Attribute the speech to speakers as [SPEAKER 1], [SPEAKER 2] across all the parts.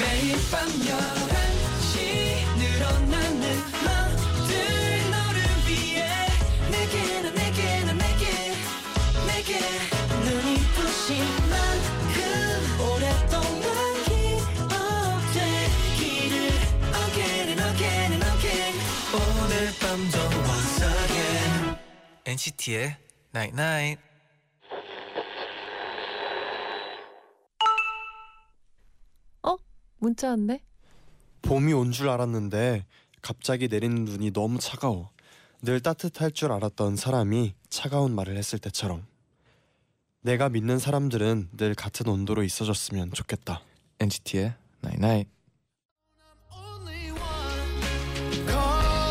[SPEAKER 1] 매일 밤 11시 늘어나는 맘들 너를 위해 내게 난 내게 난 내게 내게 눈이 부신 만큼 오랫동안 기억되기를 Again and again and again 오늘 밤도 once again
[SPEAKER 2] NCT의 Night Night.
[SPEAKER 3] 문자 왔네.
[SPEAKER 4] 봄이 온 줄 알았는데 갑자기 내리는 눈이 너무 차가워. 늘 따뜻할 줄 알았던 사람이 차가운 말을 했을 때처럼. 내가 믿는 사람들은 늘 같은 온도로 있어줬으면 좋겠다.
[SPEAKER 2] NCT의 Night Night.
[SPEAKER 1] Only one call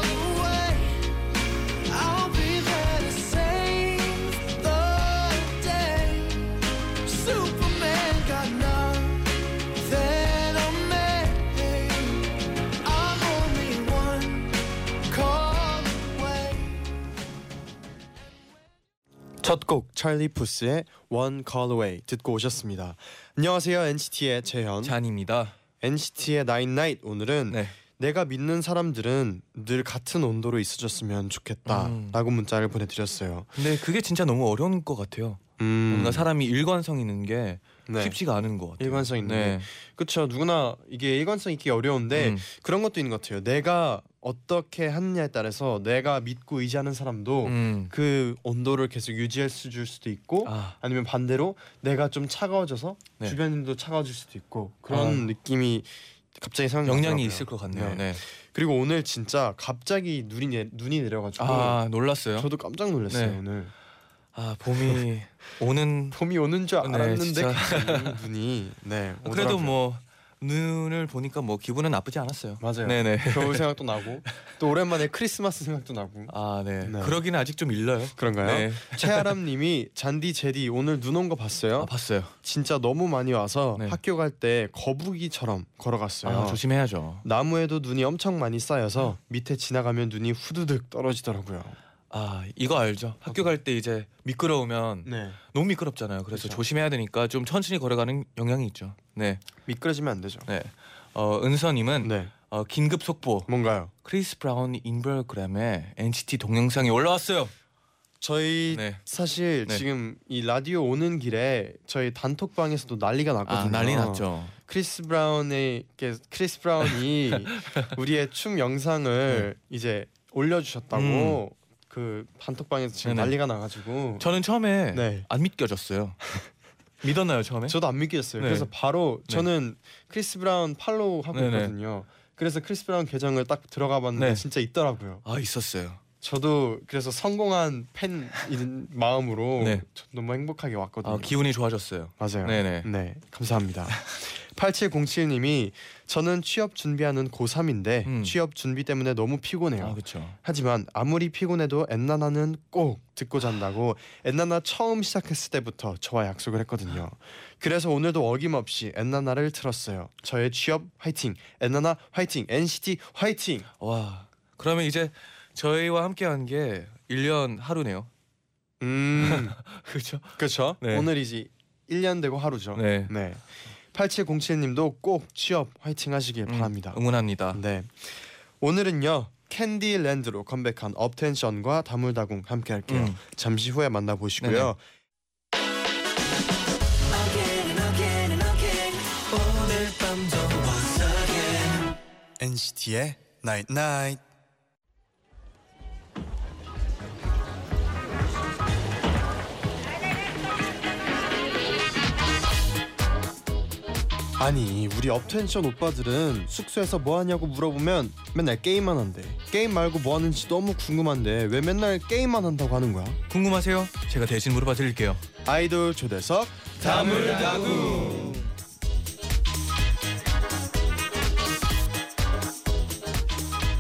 [SPEAKER 1] away. I'll be there to save the day. Superman got nothing on me. I'm only one call away.
[SPEAKER 4] 첫 곡 찰리 푸스의 One Call Away 듣고 오셨습니다. 안녕하세요 NCT의 재현,
[SPEAKER 2] 잔입니다.
[SPEAKER 4] NCT의 Nine Night 오늘은
[SPEAKER 2] 네.
[SPEAKER 4] 내가 믿는 사람들은 늘 같은 온도로 있어줬으면
[SPEAKER 2] 음.
[SPEAKER 4] 좋겠다라고 문자를 보내드렸어요.
[SPEAKER 2] 근데 그게 진짜 너무 어려운 것 같아요.
[SPEAKER 4] 음,
[SPEAKER 2] 뭔가 사람이 일관성 있는 게
[SPEAKER 4] 네.
[SPEAKER 2] 쉽지가 않은 것 같아요. 네.
[SPEAKER 4] 일관성 있는 게. 그렇죠 누구나 이게 일관성 있기 어려운데
[SPEAKER 2] 음,
[SPEAKER 4] 그런 것도 있는 것 같아요. 내가 어떻게 하느냐에 따라서 내가 믿고 의지하는 사람도
[SPEAKER 2] 음.
[SPEAKER 4] 그 온도를 계속 유지할 수 줄 수도 있고
[SPEAKER 2] 아,
[SPEAKER 4] 아니면 반대로 내가 좀 차가워져서
[SPEAKER 2] 네.
[SPEAKER 4] 주변인도 차가워질 수도 있고 그런
[SPEAKER 2] 아.
[SPEAKER 4] 느낌이 갑자기 생각나요.
[SPEAKER 2] 영향이 있을 것 같네요. 네.
[SPEAKER 4] 그리고 오늘 진짜 갑자기 눈이 내, 눈이 내려가지고
[SPEAKER 2] 아 놀랐어요.
[SPEAKER 4] 뭐 저도 깜짝 놀랐어요
[SPEAKER 2] 네.
[SPEAKER 4] 오늘.
[SPEAKER 2] 아 봄이 오는
[SPEAKER 4] 봄이 오는 줄
[SPEAKER 2] 네,
[SPEAKER 4] 알았는데
[SPEAKER 2] 진짜.
[SPEAKER 4] 갑자기 눈이 네
[SPEAKER 2] 그래도
[SPEAKER 4] 오더라고요.
[SPEAKER 2] 뭐 눈을 보니까 뭐 기분은 나쁘지 않았어요.
[SPEAKER 4] 맞아요.
[SPEAKER 2] 네네.
[SPEAKER 4] 겨울 생각도 나고 또 오랜만에 크리스마스 생각도 나고
[SPEAKER 2] 아 네.
[SPEAKER 4] 네.
[SPEAKER 2] 그러기는 아직 좀 일러요.
[SPEAKER 4] 그런가요?
[SPEAKER 2] 네.
[SPEAKER 4] 최아람님이 잔디 제디 오늘 눈 온 거 봤어요?
[SPEAKER 2] 아 봤어요.
[SPEAKER 4] 진짜 너무 많이 와서
[SPEAKER 2] 네.
[SPEAKER 4] 학교 갈 때 거북이처럼 걸어갔어요.
[SPEAKER 2] 아, 조심해야죠.
[SPEAKER 4] 나무에도 눈이 엄청 많이 쌓여서 밑에 지나가면 눈이 후두둑 떨어지더라고요.
[SPEAKER 2] 아 이거 알죠. 학교 갈 때 이제 미끄러우면
[SPEAKER 4] 네.
[SPEAKER 2] 너무 미끄럽잖아요. 그래서
[SPEAKER 4] 그쵸.
[SPEAKER 2] 조심해야 되니까 좀 천천히 걸어가는 영향이 있죠. 네.
[SPEAKER 4] 미끄러지면 안 되죠.
[SPEAKER 2] 네. 어 은서님은
[SPEAKER 4] 네.
[SPEAKER 2] 어, 긴급 속보.
[SPEAKER 4] 뭔가요?
[SPEAKER 2] 크리스 브라운 인별그램에 NCT 동영상이 올라왔어요.
[SPEAKER 4] 저희
[SPEAKER 2] 네.
[SPEAKER 4] 사실
[SPEAKER 2] 네.
[SPEAKER 4] 지금 이 라디오 오는 길에 저희 단톡방에서도 난리가 났거든요.
[SPEAKER 2] 아 난리 났죠.
[SPEAKER 4] 크리스 브라운의 이렇게 크리스 브라운이 우리의 춤
[SPEAKER 2] 네.
[SPEAKER 4] 영상을 이제 올려주셨다고 그 단톡방에서 지금
[SPEAKER 2] 음. 네네.
[SPEAKER 4] 난리가 나가지고
[SPEAKER 2] 저는 처음에
[SPEAKER 4] 네.
[SPEAKER 2] 안 믿겨졌어요. 믿었나요 처음에?
[SPEAKER 4] 저도 안 믿겠어요.
[SPEAKER 2] 네.
[SPEAKER 4] 그래서 바로
[SPEAKER 2] 네.
[SPEAKER 4] 저는 크리스 브라운 팔로우 하고
[SPEAKER 2] 네네.
[SPEAKER 4] 있거든요. 그래서 크리스 브라운 계정을 딱 들어가 봤는데
[SPEAKER 2] 네.
[SPEAKER 4] 진짜 있더라고요.
[SPEAKER 2] 아 있었어요.
[SPEAKER 4] 저도 그래서 성공한 팬 인 마음으로
[SPEAKER 2] 네.
[SPEAKER 4] 저 너무 행복하게 왔거든요.
[SPEAKER 2] 아 기분이 좋아졌어요.
[SPEAKER 4] 맞아요.
[SPEAKER 2] 네네.
[SPEAKER 4] 네, 감사합니다. 8707님이 저는 취업 준비하는 고3인데
[SPEAKER 2] 음.
[SPEAKER 4] 취업 준비 때문에 너무 피곤해요.
[SPEAKER 2] 아 그렇죠.
[SPEAKER 4] 하지만 아무리 피곤해도 엔나나는 꼭 듣고 잔다고
[SPEAKER 2] 아.
[SPEAKER 4] 엔나나 처음 시작했을 때부터 저와 약속을 했거든요. 그래서 오늘도 어김없이 엔나나를 틀었어요. 저의 취업 화이팅, 엔나나 화이팅, NCT 화이팅.
[SPEAKER 2] 와 그러면 이제 저희와 함께한 게 1년 하루네요.
[SPEAKER 4] 음,
[SPEAKER 2] 그렇죠?
[SPEAKER 4] 그렇죠.
[SPEAKER 2] 네.
[SPEAKER 4] 오늘 이제 1년 되고 하루죠. 네.
[SPEAKER 2] 네.
[SPEAKER 4] 8707님도 꼭 취업 화이팅 하시길
[SPEAKER 2] 음,
[SPEAKER 4] 바랍니다.
[SPEAKER 2] 응원합니다.
[SPEAKER 4] 네. 오늘은요 캔디랜드로 컴백한 업텐션과 다물다궁 함께할게요.
[SPEAKER 2] 음.
[SPEAKER 4] 잠시 후에 만나보시고요.
[SPEAKER 2] 네네.
[SPEAKER 1] Again and again and again 오늘 밤도 once again
[SPEAKER 4] NCT의 Night Night. 아니 우리 업텐션 오빠들은 숙소에서 뭐 하냐고 물어보면 맨날 게임만 한대 게임 말고 뭐 하는지 너무 궁금한데 왜 맨날 게임만 한다고 하는 거야?
[SPEAKER 2] 궁금하세요? 제가 대신 물어봐 드릴게요.
[SPEAKER 4] 아이돌 초대석
[SPEAKER 2] 다물다구.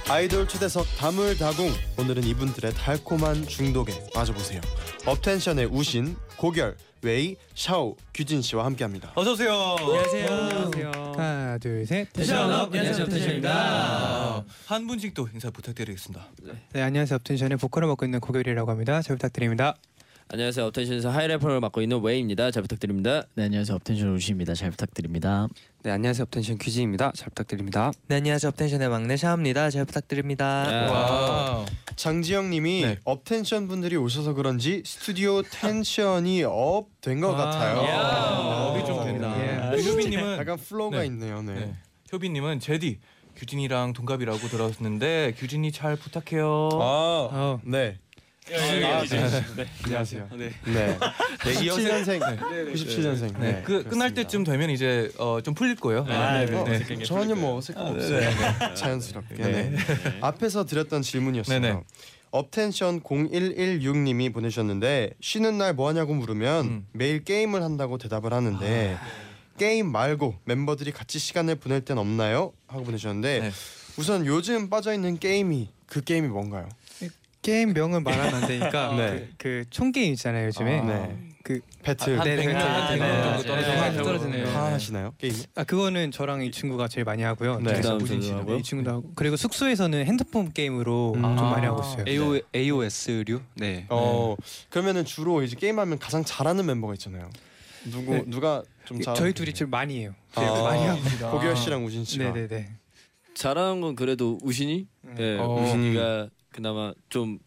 [SPEAKER 4] 아이돌 초대석 다물다궁 오늘은 이분들의 달콤한 중독에 빠져보세요 업텐션의 우신, 고결, 웨이, 샤오, 규진 씨와 함께합니다
[SPEAKER 2] 어서 오세요.
[SPEAKER 5] 안녕하세요.
[SPEAKER 1] 어.
[SPEAKER 5] 하나 둘 셋.
[SPEAKER 6] 텐션업! 안녕하세요, 텐션입니다.
[SPEAKER 2] 한 분씩 또 인사 부탁드리겠습니다.
[SPEAKER 5] 네 안녕하세요. 업텐션의 보컬을 맡고 있는 고결이라고 합니다. 잘 부탁드립니다.
[SPEAKER 6] 안녕하세요. 업텐션에서 하이래퍼를 맡고 있는 웨이입니다. 잘 부탁드립니다.
[SPEAKER 3] 네 안녕하세요 업텐션 우시입니다. 잘 부탁드립니다.
[SPEAKER 7] 네 안녕하세요 업텐션 퀴즈입니다. 잘 부탁드립니다.
[SPEAKER 1] 네 안녕하세요 업텐션의 막내 샤입니다. 잘 부탁드립니다.
[SPEAKER 6] 네.
[SPEAKER 2] 와.
[SPEAKER 4] 장지영님이
[SPEAKER 2] 네.
[SPEAKER 4] 업텐션 분들이 오셔서 그런지 스튜디오 텐션이 업 된 것
[SPEAKER 5] 아,
[SPEAKER 4] 같아요.
[SPEAKER 5] 야,
[SPEAKER 4] 아,
[SPEAKER 2] 예. 업이 좀
[SPEAKER 5] 된다.
[SPEAKER 4] 예.
[SPEAKER 2] 효빈님은
[SPEAKER 4] 약간 플로우가
[SPEAKER 2] 네.
[SPEAKER 4] 있네요. 네.
[SPEAKER 2] 네. 효빈님은 제디 규진이랑 동갑이라고 들었는데 규진이 잘 부탁해요.
[SPEAKER 4] 아,
[SPEAKER 5] 어.
[SPEAKER 4] 네.
[SPEAKER 2] 아, 네.
[SPEAKER 4] 안녕하세요. 네. 네. 97년생. 97년생.
[SPEAKER 2] 네. 그 끝날 때쯤 되면 이제 어, 좀 풀릴 거예요. 네.
[SPEAKER 4] 어,
[SPEAKER 2] 네.
[SPEAKER 4] 전혀 뭐 어색한 거 없어요. 네. 자연스럽게. 네. 앞에서 드렸던 질문이었어요.
[SPEAKER 2] 네네.
[SPEAKER 4] 업텐션 0116님이 보내셨는데 쉬는 날 뭐 하냐고 물으면
[SPEAKER 2] 음. 아, 네.
[SPEAKER 4] 매일 게임을 한다고 대답을 하는데 게임 말고 멤버들이 같이 시간을 보낼 땐 없나요? 하고 보내셨는데
[SPEAKER 2] 네.
[SPEAKER 4] 우선 요즘 빠져 있는 게임이 그 게임이 뭔가요?
[SPEAKER 5] 게임 명은 말하면 안 되니까
[SPEAKER 4] 네.
[SPEAKER 5] 그, 그 총게임 있잖아요 요즘에
[SPEAKER 4] 아, 네.
[SPEAKER 5] 그
[SPEAKER 4] 배틀
[SPEAKER 5] 네, 네,
[SPEAKER 2] 백
[SPEAKER 5] 네.
[SPEAKER 2] 명 정도
[SPEAKER 5] 네.
[SPEAKER 2] 떨어지는
[SPEAKER 5] 네.
[SPEAKER 2] 거죠.
[SPEAKER 5] 떨어지네요.
[SPEAKER 2] 네.
[SPEAKER 4] 다 하시나요? 게임?
[SPEAKER 5] 아 그거는 저랑 이 친구가 제일 많이 하고요.
[SPEAKER 4] 네.
[SPEAKER 5] 그래서
[SPEAKER 6] 그 다음
[SPEAKER 5] 우진
[SPEAKER 6] 친구도
[SPEAKER 5] 씨도
[SPEAKER 6] 하고요.
[SPEAKER 5] 이 친구도 하고 그리고 숙소에서는 핸드폰 게임으로
[SPEAKER 4] 음.
[SPEAKER 5] 좀 많이
[SPEAKER 2] 아.
[SPEAKER 5] 하고 있어요.
[SPEAKER 7] AO AOS류. 네.
[SPEAKER 4] 어 그러면은 주로 이제 게임하면 가장 잘하는 멤버가 있잖아요. 누구
[SPEAKER 5] 네.
[SPEAKER 4] 누가 좀 잘?
[SPEAKER 5] 저희 둘이 제일 많이 해요.
[SPEAKER 4] 아,
[SPEAKER 5] 제일 많이 하고.
[SPEAKER 4] 고기열 씨랑 우진 씨가.
[SPEAKER 5] 네네네.
[SPEAKER 6] 잘하는 건 그래도 우신이. 네,
[SPEAKER 2] 어.
[SPEAKER 6] 우신이가 그나마 좀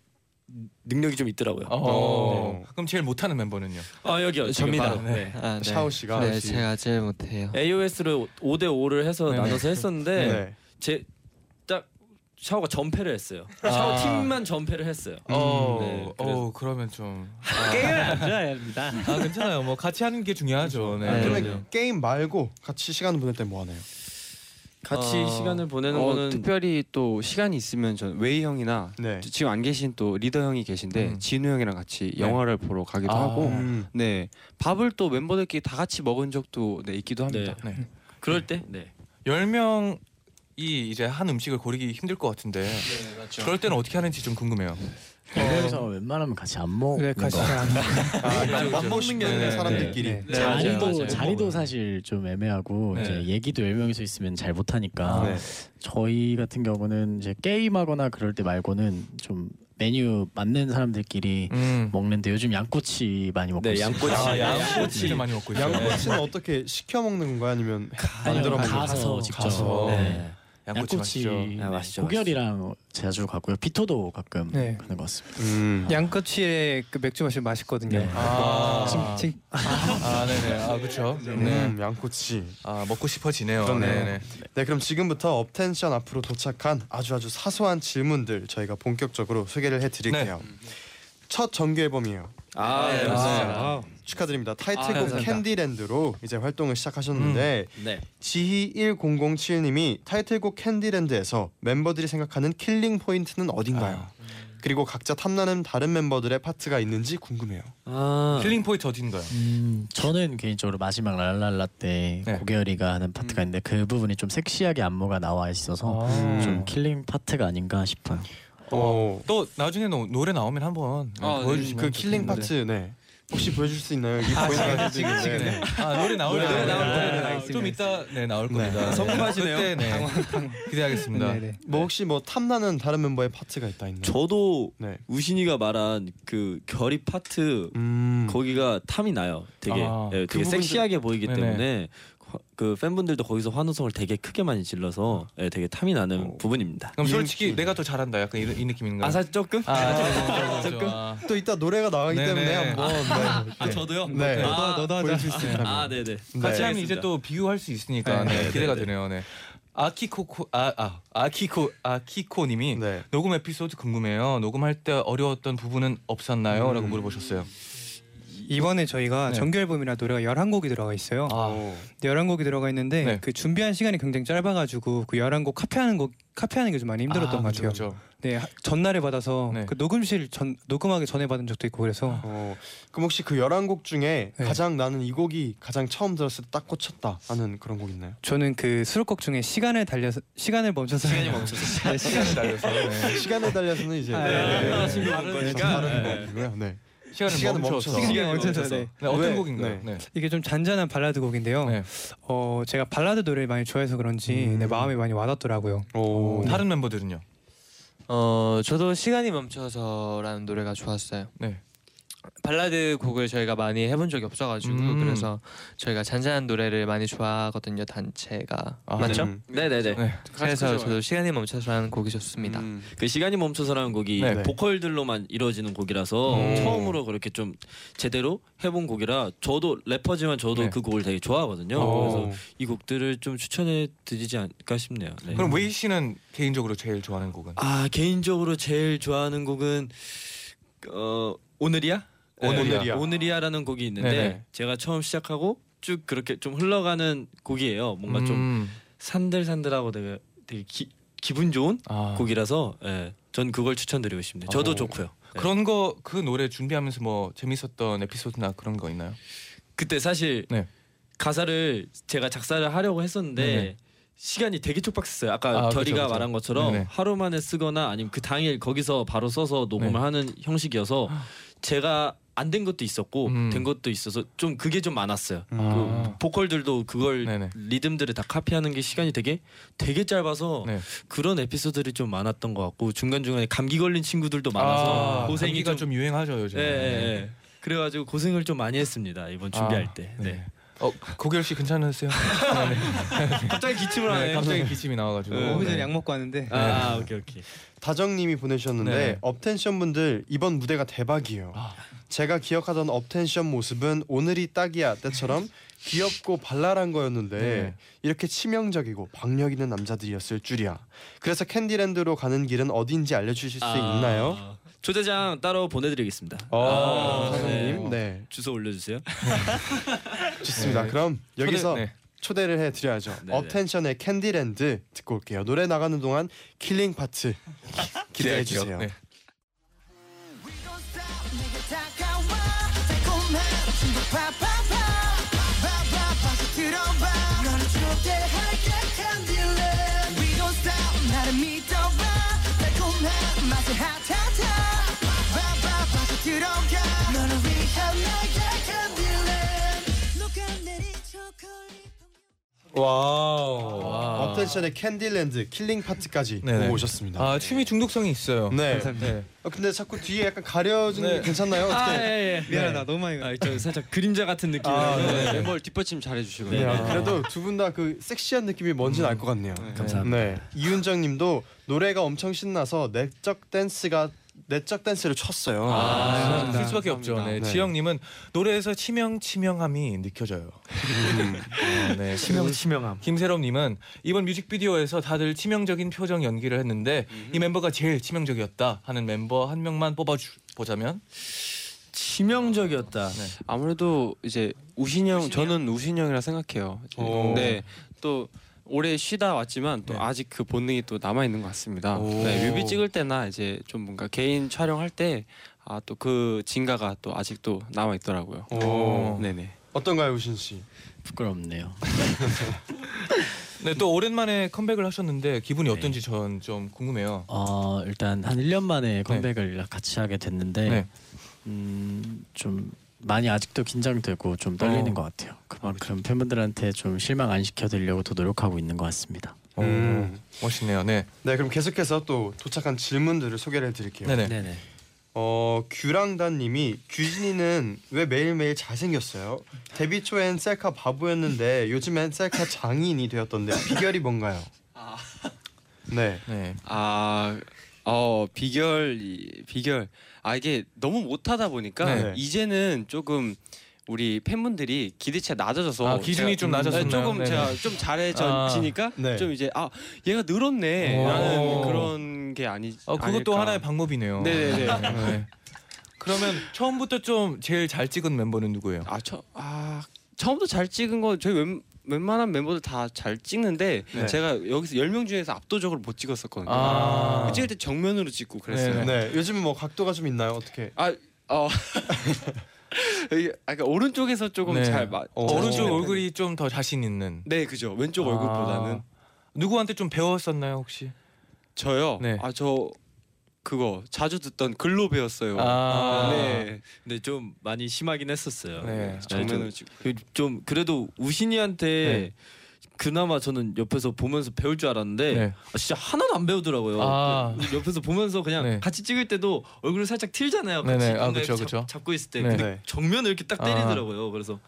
[SPEAKER 6] 능력이 좀 있더라고요.
[SPEAKER 2] 어. 그럼 제일 못하는 멤버는요?
[SPEAKER 6] 아 여기요. 지금
[SPEAKER 2] 접니다.
[SPEAKER 6] 바로.
[SPEAKER 2] 네.
[SPEAKER 1] 아,
[SPEAKER 4] 샤오 씨가.
[SPEAKER 1] 네,
[SPEAKER 4] 샤오 씨.
[SPEAKER 1] 제가 제일 못해요.
[SPEAKER 6] AOS를 5대 5를 해서
[SPEAKER 2] 네네.
[SPEAKER 6] 나눠서 했었는데
[SPEAKER 4] 네.
[SPEAKER 6] 제딱 샤오가 전패를 했어요.
[SPEAKER 2] 아.
[SPEAKER 6] 샤오 팀만 전패를 했어요.
[SPEAKER 2] 어,
[SPEAKER 6] 네, 그래서-
[SPEAKER 2] 어 그러면 좀 게임을 안 좋아합니다. 아 괜찮아요. 뭐 같이 하는 게 중요하죠. 네.
[SPEAKER 1] 네.
[SPEAKER 4] 그러면
[SPEAKER 2] 그럼요.
[SPEAKER 4] 게임 말고 같이 시간 보낼 때 뭐 하나요?
[SPEAKER 6] 같이
[SPEAKER 1] 어.
[SPEAKER 6] 시간을 보내는
[SPEAKER 7] 어,
[SPEAKER 6] 거는
[SPEAKER 7] 특별히 또 시간이 있으면 전 웨이 형이나
[SPEAKER 4] 네.
[SPEAKER 7] 지- 지금 안 계신 또 리더 형이 계신데
[SPEAKER 2] 음.
[SPEAKER 7] 진우 형이랑 같이 영화를 보러 가기도 하고
[SPEAKER 4] 음.
[SPEAKER 7] 네 밥을 또 멤버들끼리 다 같이 먹은 적도 네, 있기도
[SPEAKER 6] 네.
[SPEAKER 7] 합니다.
[SPEAKER 2] 네.
[SPEAKER 6] 그럴 때 네.
[SPEAKER 2] 열 명이 이제 한 음식을 고르기 힘들 것 같은데 그럴 때는 어떻게 하는지 좀 궁금해요.
[SPEAKER 3] 그래서 웬만하면 같이 안
[SPEAKER 1] 어,
[SPEAKER 3] 먹는
[SPEAKER 5] 네, 같이
[SPEAKER 3] 거.
[SPEAKER 5] 잘안
[SPEAKER 4] 아,
[SPEAKER 2] 그렇죠,
[SPEAKER 4] 밥
[SPEAKER 2] 그렇죠.
[SPEAKER 4] 먹는 게
[SPEAKER 2] 네,
[SPEAKER 4] 아니라
[SPEAKER 2] 네.
[SPEAKER 4] 사람들끼리.
[SPEAKER 5] 네.
[SPEAKER 6] 네, 맞아요,
[SPEAKER 3] 자리도
[SPEAKER 6] 맞아요.
[SPEAKER 3] 자리도 사실 좀 애매하고
[SPEAKER 2] 네.
[SPEAKER 3] 이제 얘기도 열 명이서 있으면 잘 못하니까
[SPEAKER 4] 네.
[SPEAKER 3] 저희 같은 경우는 이제 게임하거나 그럴 때 말고는 좀 메뉴 맞는 사람들끼리
[SPEAKER 2] 음.
[SPEAKER 3] 먹는데 요즘 양꼬치 많이 먹고
[SPEAKER 6] 네,
[SPEAKER 3] 있어요.
[SPEAKER 6] 양꼬치.
[SPEAKER 2] 아,
[SPEAKER 3] 네.
[SPEAKER 2] 양꼬치를 많이 먹고 있어요.
[SPEAKER 4] 양꼬치는 어떻게 시켜 먹는 건가요? 아니면 만들어
[SPEAKER 3] 아니요,
[SPEAKER 4] 먹는
[SPEAKER 3] 가서
[SPEAKER 4] 건가요?
[SPEAKER 3] 직접.
[SPEAKER 4] 가서.
[SPEAKER 3] 네.
[SPEAKER 2] 양꼬치,
[SPEAKER 3] 양꼬치, 네,
[SPEAKER 2] 맛있죠.
[SPEAKER 6] 아, 맛있죠,
[SPEAKER 3] 고결이랑 자주 가고요. 피토도 가끔
[SPEAKER 5] 네.
[SPEAKER 3] 가는 것 같습니다.
[SPEAKER 4] 음.
[SPEAKER 5] 양꼬치에 그 맥주 마시면 맛있거든요.
[SPEAKER 3] 네.
[SPEAKER 2] 아,
[SPEAKER 5] 지금 지금
[SPEAKER 2] 아, 네네. 아, 그렇죠. 네.
[SPEAKER 4] 음, 양꼬치.
[SPEAKER 2] 아, 먹고 싶어지네요.
[SPEAKER 4] 그렇네요.
[SPEAKER 2] 네네.
[SPEAKER 4] 네, 그럼 지금부터 업텐션 앞으로 도착한 아주 아주 사소한 질문들 저희가 본격적으로 소개를 해드릴게요. 첫 정규 앨범이에요.
[SPEAKER 6] 아, 네, 맞아요.
[SPEAKER 5] 아,
[SPEAKER 4] 축하드립니다.
[SPEAKER 5] 아,
[SPEAKER 4] 타이틀곡
[SPEAKER 5] 감사합니다.
[SPEAKER 4] 캔디랜드로 이제 활동을 시작하셨는데
[SPEAKER 6] 네.
[SPEAKER 4] 지희 1007님이 타이틀곡 캔디랜드에서 멤버들이 생각하는 킬링 포인트는 어딘가요? 그리고 각자 탐나는 다른 멤버들의 파트가 있는지 궁금해요.
[SPEAKER 6] 아.
[SPEAKER 2] 힐링 포인트 어딘가요?
[SPEAKER 3] 음, 저는 개인적으로 마지막 랄랄라 때
[SPEAKER 2] 네.
[SPEAKER 3] 고결이가 하는 파트가 있는데 그 부분이 좀 섹시하게 안무가 나와 있어서
[SPEAKER 2] 아.
[SPEAKER 3] 좀 킬링 파트가 아닌가 싶어요.
[SPEAKER 4] 어,
[SPEAKER 2] 또 나중에 노, 노래 나오면 한번 네,
[SPEAKER 7] 아, 네,
[SPEAKER 2] 보여주시면
[SPEAKER 4] 그 킬링 파트 네. 혹시 보여줄 수 있나요? 이 포인트가 지금 네.
[SPEAKER 2] 아 노래 나올 때
[SPEAKER 4] 노래
[SPEAKER 2] 네,
[SPEAKER 4] 나올
[SPEAKER 2] 네,
[SPEAKER 5] 때
[SPEAKER 2] 네,
[SPEAKER 5] 나오겠습니다.
[SPEAKER 2] 좀 이따 네 나올
[SPEAKER 4] 네.
[SPEAKER 2] 겁니다.
[SPEAKER 6] 성공하시네요.
[SPEAKER 2] 그때, 네. 기대하겠습니다.
[SPEAKER 5] 네네.
[SPEAKER 4] 뭐 혹시 뭐 탐나는 다른 멤버의 파트가 있다 있나요?
[SPEAKER 6] 저도
[SPEAKER 4] 네.
[SPEAKER 6] 우신이가 말한 그 결이 파트
[SPEAKER 4] 음.
[SPEAKER 6] 거기가 탐이 나요. 되게
[SPEAKER 2] 아,
[SPEAKER 6] 예,
[SPEAKER 4] 그
[SPEAKER 6] 되게
[SPEAKER 4] 부분도-
[SPEAKER 6] 섹시하게 보이기
[SPEAKER 2] 네네.
[SPEAKER 6] 때문에 화- 그 팬분들도 거기서 환호성을 되게 크게 많이 질러서 예, 되게 탐이 나는
[SPEAKER 4] 어.
[SPEAKER 6] 부분입니다.
[SPEAKER 2] 그럼
[SPEAKER 4] 이
[SPEAKER 2] 솔직히
[SPEAKER 4] 느낌.
[SPEAKER 2] 내가 더 잘한다. 약간 이, 이 느낌인가요?
[SPEAKER 6] 아 사실 조금
[SPEAKER 2] 아, 아, 조금. 아,
[SPEAKER 4] 또 이따 노래가 나가기
[SPEAKER 2] 네네.
[SPEAKER 4] 때문에 한번 네. 네.
[SPEAKER 6] 저도요.
[SPEAKER 4] 네.
[SPEAKER 6] 아,
[SPEAKER 4] 너도 보여줄 수 있다면.
[SPEAKER 6] 아 네네.
[SPEAKER 2] 같이 하면
[SPEAKER 6] 알겠습니다.
[SPEAKER 2] 이제 또 비교할 수 있으니까
[SPEAKER 5] 네,
[SPEAKER 2] 네,
[SPEAKER 6] 네,
[SPEAKER 2] 기대가
[SPEAKER 6] 네, 네.
[SPEAKER 2] 되네요. 네. 아키코코 아아 아키코 아키코님이
[SPEAKER 4] 네.
[SPEAKER 2] 녹음 에피소드 궁금해요. 녹음할 때 어려웠던 부분은 없었나요? 라고 물어보셨어요.
[SPEAKER 5] 이번에 저희가
[SPEAKER 2] 네.
[SPEAKER 5] 정규 앨범이라 노래가 11곡이 들어가 있어요.
[SPEAKER 4] 오.
[SPEAKER 5] 11곡이 들어가 있는데
[SPEAKER 2] 네.
[SPEAKER 5] 그 준비한 시간이 굉장히 짧아 가지고 그 11곡 카피하는 거 카피하는 게 좀 많이 힘들었던
[SPEAKER 2] 아,
[SPEAKER 5] 것
[SPEAKER 2] 그쵸,
[SPEAKER 5] 같아요.
[SPEAKER 2] 그쵸.
[SPEAKER 5] 네, 하- 전날에 받아서
[SPEAKER 2] 네.
[SPEAKER 5] 그 녹음실 전 녹음하기 전에 받은 적도 있고 그래서
[SPEAKER 4] 어, 그럼 혹시 그 11곡 중에
[SPEAKER 5] 네.
[SPEAKER 4] 가장 나는 이 곡이 가장 처음 들었을 때 딱 꽂혔다 하는 그런 곡 있나요?
[SPEAKER 5] 저는 그 수록곡 중에 시간을 달려서 시간을 멈춰서 시간이 멈춰서 네, 시간
[SPEAKER 2] 시간을 날려서 네.
[SPEAKER 4] 시간에 달려서는 이제
[SPEAKER 5] 아,
[SPEAKER 4] 네.
[SPEAKER 6] 아, 신기한 거니까. 네.
[SPEAKER 4] 다른 곡이고요. 네.
[SPEAKER 2] 시간을,
[SPEAKER 4] 시간을
[SPEAKER 2] 멈춰서.
[SPEAKER 4] 멈춰서.
[SPEAKER 5] 시간이 멈춰서 네.
[SPEAKER 2] 네, 어떤
[SPEAKER 4] 왜?
[SPEAKER 2] 곡인가요? 네.
[SPEAKER 5] 이게 좀 잔잔한 발라드 곡인데요.
[SPEAKER 2] 네.
[SPEAKER 5] 어 제가 발라드 노래를 많이 좋아해서 그런지
[SPEAKER 4] 음.
[SPEAKER 5] 네, 마음이 많이 와닿더라고요.
[SPEAKER 4] 오.
[SPEAKER 2] 다른 멤버들은요?
[SPEAKER 1] 어 저도 시간이 멈춰서라는 노래가 좋았어요.
[SPEAKER 2] 네.
[SPEAKER 7] 발라드 곡을 저희가 많이 해본 적이 없어가지고
[SPEAKER 2] 음.
[SPEAKER 7] 그래서 저희가 잔잔한 노래를 많이 좋아하거든요 단체가
[SPEAKER 2] 아,
[SPEAKER 6] 맞죠?
[SPEAKER 4] 음.
[SPEAKER 6] 네네네.
[SPEAKER 7] 그래서
[SPEAKER 6] 그죠.
[SPEAKER 7] 저도 시간이 멈춰서라는 곡이 좋습니다.
[SPEAKER 4] 음.
[SPEAKER 6] 그 시간이 멈춰서라는 곡이
[SPEAKER 2] 네.
[SPEAKER 6] 보컬들로만 이루어지는 곡이라서
[SPEAKER 2] 음.
[SPEAKER 6] 처음으로 그렇게 좀 제대로 해본 곡이라 저도 래퍼지만 저도
[SPEAKER 2] 네.
[SPEAKER 6] 그 곡을 되게 좋아하거든요.
[SPEAKER 2] 오.
[SPEAKER 4] 네.
[SPEAKER 6] 그래서 이 곡들을 좀 추천해 드리지 않을까 싶네요. 네.
[SPEAKER 2] 그럼 웨이 씨는 개인적으로 제일 좋아하는 곡은?
[SPEAKER 6] 아 개인적으로 제일 좋아하는 곡은 어 오늘이야 네,
[SPEAKER 4] 오늘이야.
[SPEAKER 6] 오늘이야라는 곡이 있는데
[SPEAKER 2] 네네.
[SPEAKER 6] 제가 처음 시작하고 쭉 그렇게 좀 흘러가는 곡이에요. 뭔가 좀
[SPEAKER 2] 음.
[SPEAKER 6] 산들산들하고 되게 되게 기, 기분 좋은
[SPEAKER 2] 아.
[SPEAKER 6] 곡이라서 예, 전 그걸 추천드리고 싶네요. 저도
[SPEAKER 2] 어.
[SPEAKER 6] 좋고요. 네.
[SPEAKER 2] 그런 거 그 노래 준비하면서 뭐 재밌었던 에피소드나 그런 거 있나요?
[SPEAKER 6] 그때 사실
[SPEAKER 2] 네.
[SPEAKER 6] 가사를 제가 작사를 하려고 했었는데
[SPEAKER 2] 네네.
[SPEAKER 6] 시간이 되게 촉박했어요. 아까
[SPEAKER 2] 아,
[SPEAKER 6] 결이가
[SPEAKER 2] 그쵸, 그쵸.
[SPEAKER 6] 말한 것처럼
[SPEAKER 2] 네네.
[SPEAKER 6] 하루 만에 쓰거나 아니면 그 당일 거기서 바로 써서 녹음을
[SPEAKER 2] 네.
[SPEAKER 6] 하는 형식이어서 제가 안 된 것도 있었고
[SPEAKER 2] 음.
[SPEAKER 6] 된 것도 있어서 좀 그게 좀 많았어요.
[SPEAKER 2] 아.
[SPEAKER 6] 보컬들도 그걸
[SPEAKER 2] 네네.
[SPEAKER 6] 리듬들을 다 카피하는 게 시간이 되게 되게 짧아서
[SPEAKER 2] 네.
[SPEAKER 6] 그런 에피소드들이 좀 많았던 것 같고 중간 중간에 감기 걸린 친구들도 많아서
[SPEAKER 2] 아,
[SPEAKER 6] 고생이
[SPEAKER 2] 감기가 좀 유행하죠 요즘. 네.
[SPEAKER 6] 예, 예, 예. 그래가지고 고생을 좀 많이 했습니다 이번 준비할
[SPEAKER 2] 아,
[SPEAKER 6] 때.
[SPEAKER 2] 네.
[SPEAKER 6] 네.
[SPEAKER 2] 어 고결 씨 괜찮으세요?
[SPEAKER 6] 갑자기 기침을
[SPEAKER 2] 네, 갑자기 기침이 나와가지고.
[SPEAKER 5] 오기
[SPEAKER 2] 네.
[SPEAKER 5] 전에 어, 약 먹고 왔는데
[SPEAKER 6] 아, 오케이 오케이.
[SPEAKER 4] 다정님이 보내주셨는데
[SPEAKER 2] 네. 아.
[SPEAKER 4] 업텐션 분들 이번 무대가 대박이에요. 제가 기억하던 업텐션 모습은 오늘이 딱이야 때처럼 귀엽고 발랄한 거였는데
[SPEAKER 2] 네.
[SPEAKER 4] 이렇게 치명적이고 박력 있는 남자들이었을 줄이야. 그래서 캔디랜드로 가는 길은 어딘지 알려주실 수 있나요?
[SPEAKER 6] 아, 조대장 따로 보내드리겠습니다.
[SPEAKER 4] 어,
[SPEAKER 6] 아,
[SPEAKER 4] 사장님, 네.
[SPEAKER 6] 주소 올려주세요.
[SPEAKER 4] 좋습니다.
[SPEAKER 2] 네.
[SPEAKER 4] 그럼 여기서
[SPEAKER 2] 초대- 네.
[SPEAKER 4] 초대를 해드려야죠.
[SPEAKER 6] 네네.
[SPEAKER 4] 업텐션의 캔디랜드 듣고 올게요. 노래 나가는 동안 킬링 파트 기대해 주세요.
[SPEAKER 2] 네.
[SPEAKER 1] 내게 다가와 달콤한 충격 파파파 파파파 다시 들어봐 너를 초대할게 캔디랜드 We don't stop 나를 믿어봐 달콤한 맛에 핫하다 파파파 다시 들어가 너를 위한 나의 캔디랜드 녹아내린 초콜릿
[SPEAKER 2] 와.
[SPEAKER 4] 업텐션의 캔디랜드 킬링 파트까지
[SPEAKER 2] 네네.
[SPEAKER 4] 보고 오셨습니다.
[SPEAKER 2] 아 춤이 중독성이 있어요.
[SPEAKER 4] 네.
[SPEAKER 2] 네.
[SPEAKER 4] 아, 근데 자꾸 뒤에 약간 가려지는
[SPEAKER 2] 네.
[SPEAKER 4] 게 괜찮나요? 어떻게?
[SPEAKER 6] 아, 예, 예.
[SPEAKER 5] 미안하다 너무 많이 가.
[SPEAKER 6] 아, 저 살짝 그림자 같은 느낌.
[SPEAKER 4] 아,
[SPEAKER 6] 로
[SPEAKER 4] 네.
[SPEAKER 7] 멤버를 뒷받침 잘해주시고요.
[SPEAKER 4] 네. 아, 그래도 두 분 다 그 섹시한 느낌이 뭔지는 알 것 같네요.
[SPEAKER 6] 감사합니다.
[SPEAKER 4] 네. 이윤정 님도 노래가 엄청 신나서 내적 댄스가 내적 댄스를 췄어요.
[SPEAKER 2] 아,
[SPEAKER 5] 감사합니다.
[SPEAKER 2] 쓸 수밖에 없죠. 네.
[SPEAKER 4] 네.
[SPEAKER 2] 지영님은 노래에서 치명 치명함이 느껴져요.
[SPEAKER 4] 음.
[SPEAKER 2] 어, 네.
[SPEAKER 6] 치명 치명함.
[SPEAKER 2] 김세롬님은 이번 뮤직비디오에서 다들 치명적인 표정 연기를 했는데
[SPEAKER 4] 음.
[SPEAKER 2] 이 멤버가 제일 치명적이었다 하는 멤버 한 명만 뽑아주 보자면
[SPEAKER 6] 치명적이었다.
[SPEAKER 7] 아무래도 이제 우신 형 저는 우신 형이라 생각해요.
[SPEAKER 4] 오.
[SPEAKER 7] 네. 또 오래 쉬다 왔지만 또
[SPEAKER 2] 네.
[SPEAKER 7] 아직 그 본능이 또 남아 있는 것 같습니다.
[SPEAKER 2] 오.
[SPEAKER 7] 네, 뮤비 찍을 때나 이제 좀 뭔가 개인 촬영할 때 아 또 그 진가가 또 아직도 남아 있더라고요.
[SPEAKER 4] 오.
[SPEAKER 7] 네네.
[SPEAKER 4] 어떤가요, 우신 씨?
[SPEAKER 3] 부끄럽네요.
[SPEAKER 2] 네, 또 오랜만에 컴백을 하셨는데 기분이 어떤지 전 좀 궁금해요.
[SPEAKER 3] 어, 일단 한 1년 만에 컴백을 같이 하게 됐는데
[SPEAKER 2] 네.
[SPEAKER 3] 음, 좀 많이 아직도 긴장되고 좀 떨리는
[SPEAKER 2] 어.
[SPEAKER 3] 것 같아요. 그만큼 팬분들한테 좀 실망 안 시켜드리려고 더 노력하고 있는 것 같습니다.
[SPEAKER 2] 어,
[SPEAKER 4] 음.
[SPEAKER 2] 멋있네요. 네.
[SPEAKER 4] 네, 그럼 계속해서 또 도착한 질문들을 소개를 해 드릴게요.
[SPEAKER 2] 네네.
[SPEAKER 6] 네네.
[SPEAKER 4] 어 규랑단님이 규진이는 왜 매일매일 잘생겼어요? 데뷔 초엔 셀카 바보였는데 요즘엔 셀카 장인이 되었던데 비결이 뭔가요? 네.
[SPEAKER 2] 네.
[SPEAKER 7] 아, 어 비결 이- 비결. 아 이게 너무 못하다 보니까
[SPEAKER 4] 네.
[SPEAKER 7] 이제는 조금 우리 팬분들이 기대치가 낮아져서
[SPEAKER 2] 아, 기준이 좀
[SPEAKER 7] 제가-
[SPEAKER 2] 낮아졌나요?
[SPEAKER 7] 조금
[SPEAKER 2] 네네.
[SPEAKER 7] 제가 좀 잘해지니까
[SPEAKER 4] 네.
[SPEAKER 7] 좀 이제 아 얘가 늘었네
[SPEAKER 2] 오.
[SPEAKER 7] 라는 그런 게 아니.
[SPEAKER 2] 어, 그것도
[SPEAKER 7] 아닐까.
[SPEAKER 2] 하나의 방법이네요.
[SPEAKER 7] 네네네.
[SPEAKER 2] 네. 그러면 처음부터 좀 제일 잘 찍은 멤버는 누구예요?
[SPEAKER 7] 아, 처, 아 처음부터 잘 찍은 건 저희 웬, 웬만한 멤버들 다 잘 찍는데
[SPEAKER 4] 네.
[SPEAKER 7] 제가 여기서 10명 중에서 압도적으로 못 찍었었거든요. 그
[SPEAKER 2] 아.
[SPEAKER 7] 찍을 때 정면으로 찍고 그랬어요.
[SPEAKER 2] 네네.
[SPEAKER 4] 네. 요즘은 뭐 각도가 좀 있나요? 어떻게?
[SPEAKER 7] 아, 어. 이게 아까 그러니까 오른쪽에서 조금
[SPEAKER 2] 네.
[SPEAKER 7] 잘 맞.
[SPEAKER 4] 어,
[SPEAKER 7] 잘
[SPEAKER 2] 오른쪽
[SPEAKER 7] 찍는
[SPEAKER 2] 얼굴이 좀 더 자신 있는.
[SPEAKER 7] 편이- 네, 그죠. 왼쪽
[SPEAKER 2] 아.
[SPEAKER 7] 얼굴보다는
[SPEAKER 2] 누구한테 좀 배웠었나요 혹시?
[SPEAKER 7] 저요.
[SPEAKER 2] 네.
[SPEAKER 7] 아, 저 그거 자주 듣던 글로 배웠어요.
[SPEAKER 2] 아.
[SPEAKER 7] 네.
[SPEAKER 6] 근데 좀 많이 심하긴 했었어요.
[SPEAKER 2] 네.
[SPEAKER 6] 좀-
[SPEAKER 7] 정면으로 찍고.
[SPEAKER 6] 그- 좀 그래도 우신이한테 그나마 저는 옆에서 보면서 배울 줄 알았는데
[SPEAKER 2] 네.
[SPEAKER 6] 아, 진짜 하나도 안 배우더라고요.
[SPEAKER 2] 아.
[SPEAKER 6] 그 옆에서 보면서 그냥
[SPEAKER 2] 네.
[SPEAKER 6] 같이 찍을 때도 얼굴을 살짝 틀잖아요. 같이
[SPEAKER 2] 네네. 아,
[SPEAKER 6] 뭔가
[SPEAKER 2] 그쵸,
[SPEAKER 6] 잡-
[SPEAKER 2] 그쵸.
[SPEAKER 6] 잡고 있을 때
[SPEAKER 2] 네.
[SPEAKER 6] 근데
[SPEAKER 4] 네.
[SPEAKER 6] 정면을 이렇게 딱
[SPEAKER 2] 아.
[SPEAKER 6] 때리더라고요. 그래서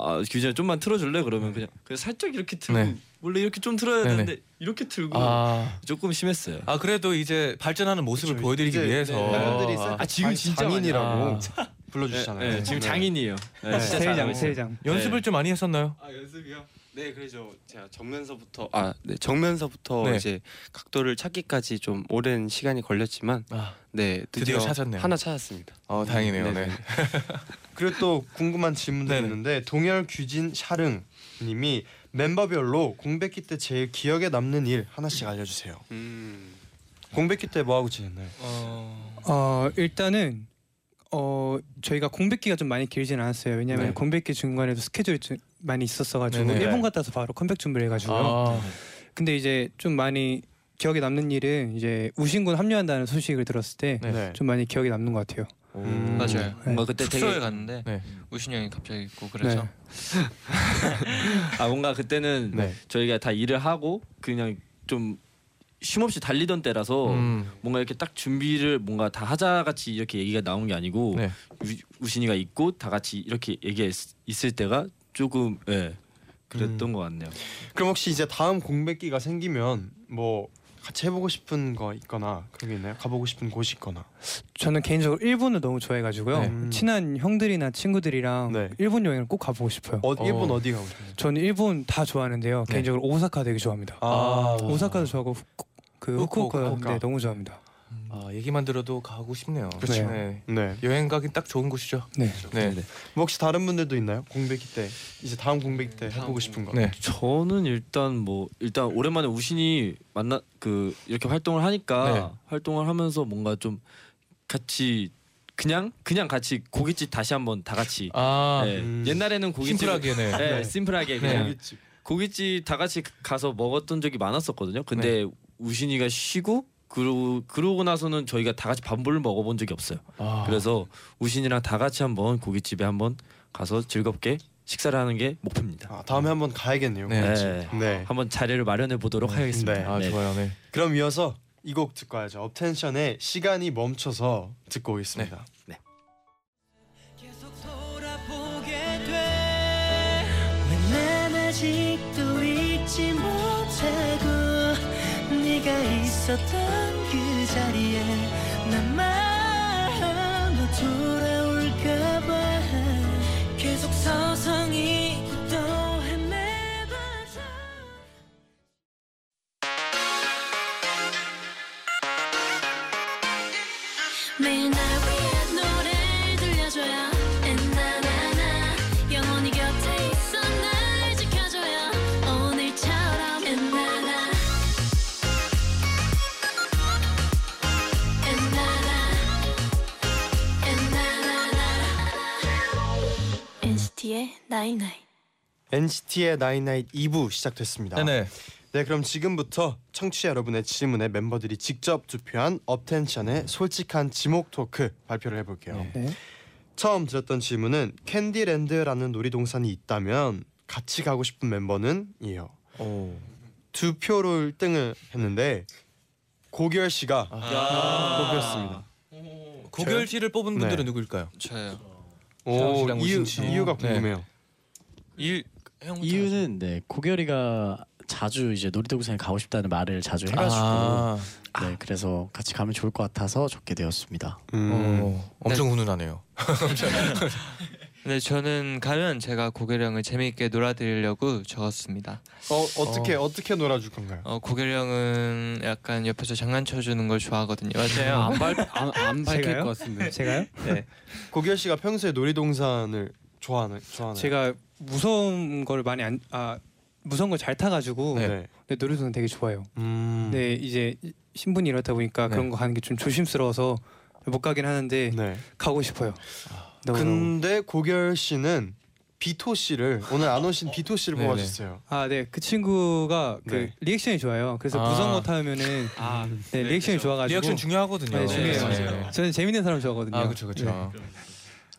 [SPEAKER 6] 아 규진아 좀만 틀어줄래? 그러면 그냥 그냥 살짝 이렇게 들고
[SPEAKER 2] 네.
[SPEAKER 6] 원래 이렇게 좀 틀어야
[SPEAKER 2] 네네.
[SPEAKER 6] 되는데 이렇게 들고
[SPEAKER 2] 아,
[SPEAKER 6] 조금 심했어요.
[SPEAKER 2] 아 그래도 이제 발전하는 모습을 보여드리기 위해서
[SPEAKER 4] 팬들이 있어요.
[SPEAKER 2] 아,
[SPEAKER 6] 아, 지금
[SPEAKER 4] 아니,
[SPEAKER 6] 진짜
[SPEAKER 4] 장인이라고
[SPEAKER 2] 많이
[SPEAKER 4] 불러주시잖아요.
[SPEAKER 6] 네, 네, 지금 장인이에요. 네, 진짜
[SPEAKER 5] 세장
[SPEAKER 6] 잘하고.
[SPEAKER 5] 세장.
[SPEAKER 2] 연습을 좀 많이 했었나요?
[SPEAKER 7] 아 연습이요? 네 그래서 제가 정면서부터 아 네 정면서부터
[SPEAKER 2] 네.
[SPEAKER 7] 이제 각도를 찾기까지 좀 오랜 시간이 걸렸지만
[SPEAKER 2] 아,
[SPEAKER 7] 네
[SPEAKER 2] 드디어
[SPEAKER 7] 드디어,
[SPEAKER 2] 찾았네요.
[SPEAKER 7] 하나 찾았습니다.
[SPEAKER 2] 어 다행이네요. 네.
[SPEAKER 4] 그리고 또 궁금한 질문도
[SPEAKER 2] 네네.
[SPEAKER 4] 있는데 동열 규진 샤릉 님이 멤버별로 공백기 때 제일 기억에 남는 일 하나씩 알려주세요.
[SPEAKER 7] 음.
[SPEAKER 4] 공백기 때 뭐 하고 지냈나요?
[SPEAKER 2] 어,
[SPEAKER 5] 어 일단은 어 저희가 공백기가 좀 많이 길진 않았어요. 왜냐면
[SPEAKER 2] 네.
[SPEAKER 5] 공백기 중간에도 스케줄이 좀 많이 있었어가지고
[SPEAKER 2] 네네.
[SPEAKER 5] 일본 갔다 와서 바로 컴백 준비를 해가지고요.
[SPEAKER 2] 아,
[SPEAKER 5] 근데 이제 좀 많이 기억에 남는 일은 이제 우신군 합류한다는 소식을 들었을 때 좀
[SPEAKER 2] 네.
[SPEAKER 5] 많이 기억에 남는 것 같아요.
[SPEAKER 4] 음.
[SPEAKER 8] 맞아요.
[SPEAKER 6] 네.
[SPEAKER 8] 뭔가 그때
[SPEAKER 6] 숙소에
[SPEAKER 8] 되게 갔는데
[SPEAKER 2] 네.
[SPEAKER 8] 우신이 형이 갑자기 있고 그래서
[SPEAKER 5] 네.
[SPEAKER 6] 아 뭔가 그때는
[SPEAKER 4] 네.
[SPEAKER 6] 저희가 다 일을 하고 그냥 좀 쉼없이 달리던 때라서
[SPEAKER 2] 음,
[SPEAKER 6] 뭔가 이렇게 딱 준비를 뭔가 다 하자 같이 이렇게 얘기가 나온 게 아니고
[SPEAKER 2] 네.
[SPEAKER 6] 우, 신이가 있고 다 같이 이렇게 얘기 있을 때가 조금 예 그랬던
[SPEAKER 4] 음.
[SPEAKER 6] 것 같네요.
[SPEAKER 4] 그럼 혹시 이제 다음 공백기가 생기면 뭐 같이 해보고 싶은 거 있거나 그런 게 있나요? 가보고 싶은 곳이 있거나.
[SPEAKER 5] 저는 개인적으로 일본을 너무 좋아해가지고요.
[SPEAKER 4] 네.
[SPEAKER 5] 친한 형들이나 친구들이랑
[SPEAKER 4] 네.
[SPEAKER 5] 일본 여행을 꼭 가보고 싶어요.
[SPEAKER 4] 어, 일본
[SPEAKER 2] 어.
[SPEAKER 4] 어디 가고 싶나요?
[SPEAKER 5] 저는 일본 다 좋아하는데요.
[SPEAKER 2] 네.
[SPEAKER 5] 개인적으로 오사카 되게 좋아합니다.
[SPEAKER 4] 아,
[SPEAKER 5] 오사카도 좋아하고 후쿠, 그
[SPEAKER 2] 후쿠오카.
[SPEAKER 5] 후쿠오카 네, 너무 좋아합니다.
[SPEAKER 2] 아 얘기만 들어도 가고 싶네요.
[SPEAKER 5] 그렇죠.
[SPEAKER 2] 네.
[SPEAKER 4] 네.
[SPEAKER 2] 여행 가긴 딱 좋은 곳이죠.
[SPEAKER 5] 네.
[SPEAKER 2] 네.
[SPEAKER 4] 뭐 혹시 다른 분들도 있나요? 공백기 때 이제 다음 공백기 때 해보고 싶은 거.
[SPEAKER 2] 네.
[SPEAKER 6] 저는 일단 뭐 일단 오랜만에 우신이 만나 그 이렇게 활동을 하니까 활동을 하면서 뭔가 좀 같이 그냥 그냥 같이 고깃집 다시 한번 다 같이
[SPEAKER 2] 아,
[SPEAKER 6] 예,
[SPEAKER 4] 음.
[SPEAKER 6] 옛날에는 고깃집
[SPEAKER 2] 심플하게 네.
[SPEAKER 6] 네, 심플하게
[SPEAKER 2] 네.
[SPEAKER 6] 그냥 고깃집 다 같이 가서 먹었던 적이 많았었거든요. 근데 우신이가 쉬고 그러고 그러고 나서는 저희가 다 같이 밥을 먹어본 적이 없어요.
[SPEAKER 2] 아,
[SPEAKER 6] 그래서 우신이랑 다 같이 한번 고깃집에 한번 가서 즐겁게 식사를 하는 게 목표입니다.
[SPEAKER 4] 아, 다음에 한번 가야겠네요.
[SPEAKER 2] 네.
[SPEAKER 6] 네.
[SPEAKER 4] 네.
[SPEAKER 6] 한번 자리를 마련해 보도록
[SPEAKER 4] 네.
[SPEAKER 6] 하겠습니다.
[SPEAKER 2] 아 좋아요. 네.
[SPEAKER 4] 그럼 이어서 이 곡 듣고 와야죠. 업텐션의 시간이 멈춰서 듣고 오겠습니다.
[SPEAKER 1] 계속 돌아보게 돼왜 난 아직도 잊지 못하고 네가 있었던 그 자리에 난말로 돌아올까봐 계속 서성이 또 헤매봐서
[SPEAKER 9] 매일 날 위한 노래를 들려줘요 엔나나나 영원히 곁에 있어 날 지켜줘요 오늘처럼 엔나나 엔나나 엔나나나 NCT의 나잇나잇
[SPEAKER 4] NCT의 나인나잇 2부 시작됐습니다.
[SPEAKER 2] 네네.
[SPEAKER 4] 네, 그럼 지금부터 청취자 여러분의 질문에 멤버들이 직접 투표한 업텐션의 솔직한 지목 토크 발표를 해볼게요.
[SPEAKER 5] 네.
[SPEAKER 4] 처음 들었던 질문은 캔디랜드라는 놀이동산이 있다면 같이 가고 싶은 멤버는 이요.
[SPEAKER 2] 어.
[SPEAKER 4] 두 표로 1등을 했는데 고결 씨가 뽑혔습니다.
[SPEAKER 2] 고결 씨를 뽑은
[SPEAKER 4] 네.
[SPEAKER 2] 분들은 누구일까요?
[SPEAKER 8] 저요.
[SPEAKER 4] 오,
[SPEAKER 2] 씨랑
[SPEAKER 4] 이유,
[SPEAKER 2] 우신 씨.
[SPEAKER 4] 이유가
[SPEAKER 2] 네.
[SPEAKER 4] 궁금해요.
[SPEAKER 2] 이
[SPEAKER 8] 형
[SPEAKER 3] 이유는 네 고결이가 자주 이제 놀이동산에 가고 싶다는 말을 자주 해가지고
[SPEAKER 2] 아,
[SPEAKER 3] 네 그래서 같이 가면 좋을 것 같아서 적게 되었습니다.
[SPEAKER 4] 음.
[SPEAKER 2] 어, 엄청 훈훈하네요.
[SPEAKER 8] 근데 네, 저는 가면 제가 고결형을 재미있게 놀아드리려고 적었습니다.
[SPEAKER 4] 어, 어떻게 어. 떻게 놀아줄 건가요?
[SPEAKER 8] 어, 고결형은 약간 옆에서 장난쳐주는 걸 좋아하거든요. 맞아요.
[SPEAKER 7] 안발안 밝힐
[SPEAKER 5] 제가요?
[SPEAKER 7] 것 같은데.
[SPEAKER 5] 제가요?
[SPEAKER 4] 고결 씨가 평소에 놀이동산을 좋아하는 좋아하나요? 네.
[SPEAKER 5] 제가 무서운 걸 많이 안, 아 무서운 걸 잘 타가지고
[SPEAKER 4] 네.
[SPEAKER 5] 네. 노래소는 되게 좋아요.
[SPEAKER 4] 음.
[SPEAKER 5] 근데 이제 이- 신분이 이렇다 보니까
[SPEAKER 2] 네.
[SPEAKER 5] 그런 거 하는 게 좀 조심스러워서 못 가긴 하는데
[SPEAKER 4] 네.
[SPEAKER 5] 가고 싶어요. 너무 너무.
[SPEAKER 4] 근데 고결 씨는 비토 씨를 오늘 안 오신 비토 씨를
[SPEAKER 2] 네네.
[SPEAKER 4] 뽑아주세요.
[SPEAKER 5] 아, 네. 그 친구가 그
[SPEAKER 4] 네.
[SPEAKER 5] 리액션이 좋아요. 그래서
[SPEAKER 2] 아.
[SPEAKER 5] 무서운 거 타면은
[SPEAKER 8] 아,
[SPEAKER 5] 네, 리액션이 좋아가지고
[SPEAKER 2] 리액션 중요하거든요.
[SPEAKER 5] 네, 중요해요.
[SPEAKER 2] 네.
[SPEAKER 5] 저는 재밌는 사람 좋아하거든요.
[SPEAKER 2] 아 그렇죠 그렇죠. 네.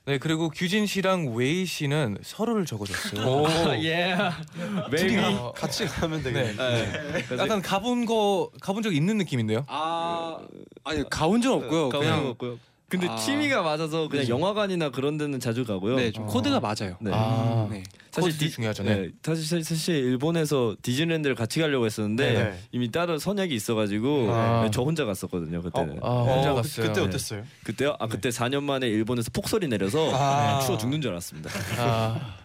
[SPEAKER 2] 네 그리고 규진 씨랑 웨이 씨는 서로를 적어줬어요.
[SPEAKER 6] 예.
[SPEAKER 2] 어,
[SPEAKER 4] 같이 가면
[SPEAKER 2] 네.
[SPEAKER 4] 되겠네.
[SPEAKER 2] 약간 가본 거 가본 적 있는 느낌인데요.
[SPEAKER 7] 아 아니 가온 적
[SPEAKER 8] 그러니까
[SPEAKER 7] 없고요. 그냥
[SPEAKER 6] 근데
[SPEAKER 7] 아.
[SPEAKER 6] 취미가 맞아서 그냥 영화관이나 그런 데는 자주 가고요.
[SPEAKER 7] 네, 좀 코드가 맞아요.
[SPEAKER 6] 네.
[SPEAKER 2] 아,
[SPEAKER 7] 네.
[SPEAKER 2] 사실
[SPEAKER 6] 디-
[SPEAKER 2] 중요하죠. 네.
[SPEAKER 6] 네. 사실 사실- 사실 일본에서 디즈니랜드를 같이 가려고 했었는데
[SPEAKER 4] 네네.
[SPEAKER 6] 이미 따로 선약이 있어가지고
[SPEAKER 2] 아.
[SPEAKER 6] 네, 저 혼자 갔었거든요 그때는.
[SPEAKER 2] 아, 네. 혼자
[SPEAKER 4] 어,
[SPEAKER 2] 갔어요.
[SPEAKER 4] 그때
[SPEAKER 2] 네.
[SPEAKER 4] 어땠어요?
[SPEAKER 6] 그때요? 아 그때 4년 만에 일본에서 폭설이 내려서
[SPEAKER 4] 아.
[SPEAKER 6] 네, 추워 죽는 줄 알았습니다.
[SPEAKER 2] 아,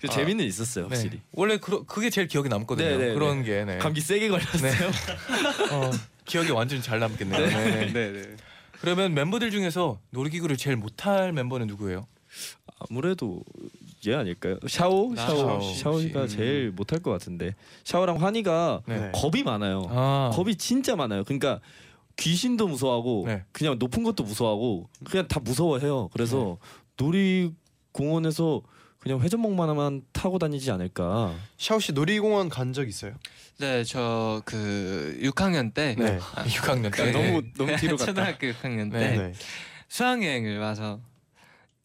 [SPEAKER 6] 그 재미는 있었어요
[SPEAKER 2] 네.
[SPEAKER 6] 확실히.
[SPEAKER 2] 원래 그, 그게 제일 기억에 남거든요.
[SPEAKER 6] 네, 네,
[SPEAKER 2] 그런
[SPEAKER 6] 네.
[SPEAKER 2] 게 네.
[SPEAKER 6] 감기 세게 걸렸어요.
[SPEAKER 2] 어, 기억이 완전히 잘 남겠네요. 네. 그러면 멤버들 중에서 놀이기구를 제일 못할 멤버는 누구예요?
[SPEAKER 6] 아무래도 얘 아닐까요? 샤오
[SPEAKER 2] 아,
[SPEAKER 6] 샤오
[SPEAKER 2] 샤오.
[SPEAKER 6] 샤오이가
[SPEAKER 2] 음.
[SPEAKER 6] 제일 못할 것 같은데 샤오랑 환이가
[SPEAKER 2] 네.
[SPEAKER 6] 겁이 많아요.
[SPEAKER 2] 아,
[SPEAKER 6] 겁이 진짜 많아요. 그러니까 귀신도 무서워하고
[SPEAKER 2] 네.
[SPEAKER 6] 그냥 높은 것도 무서워하고 그냥 다 무서워해요. 그래서
[SPEAKER 2] 네.
[SPEAKER 6] 놀이공원에서 그냥 회전목만 하면 타고 다니지 않을까.
[SPEAKER 4] 샤오 씨 놀이공원 간 적 있어요?
[SPEAKER 8] 네, 저 그 6학년 때
[SPEAKER 4] 네.
[SPEAKER 8] 아,
[SPEAKER 2] 6학년 때
[SPEAKER 8] 너무
[SPEAKER 7] 그러니까 너무 뒤로 갔다.
[SPEAKER 8] 초등학교 6학년 때
[SPEAKER 2] 네.
[SPEAKER 8] 수학여행을 와서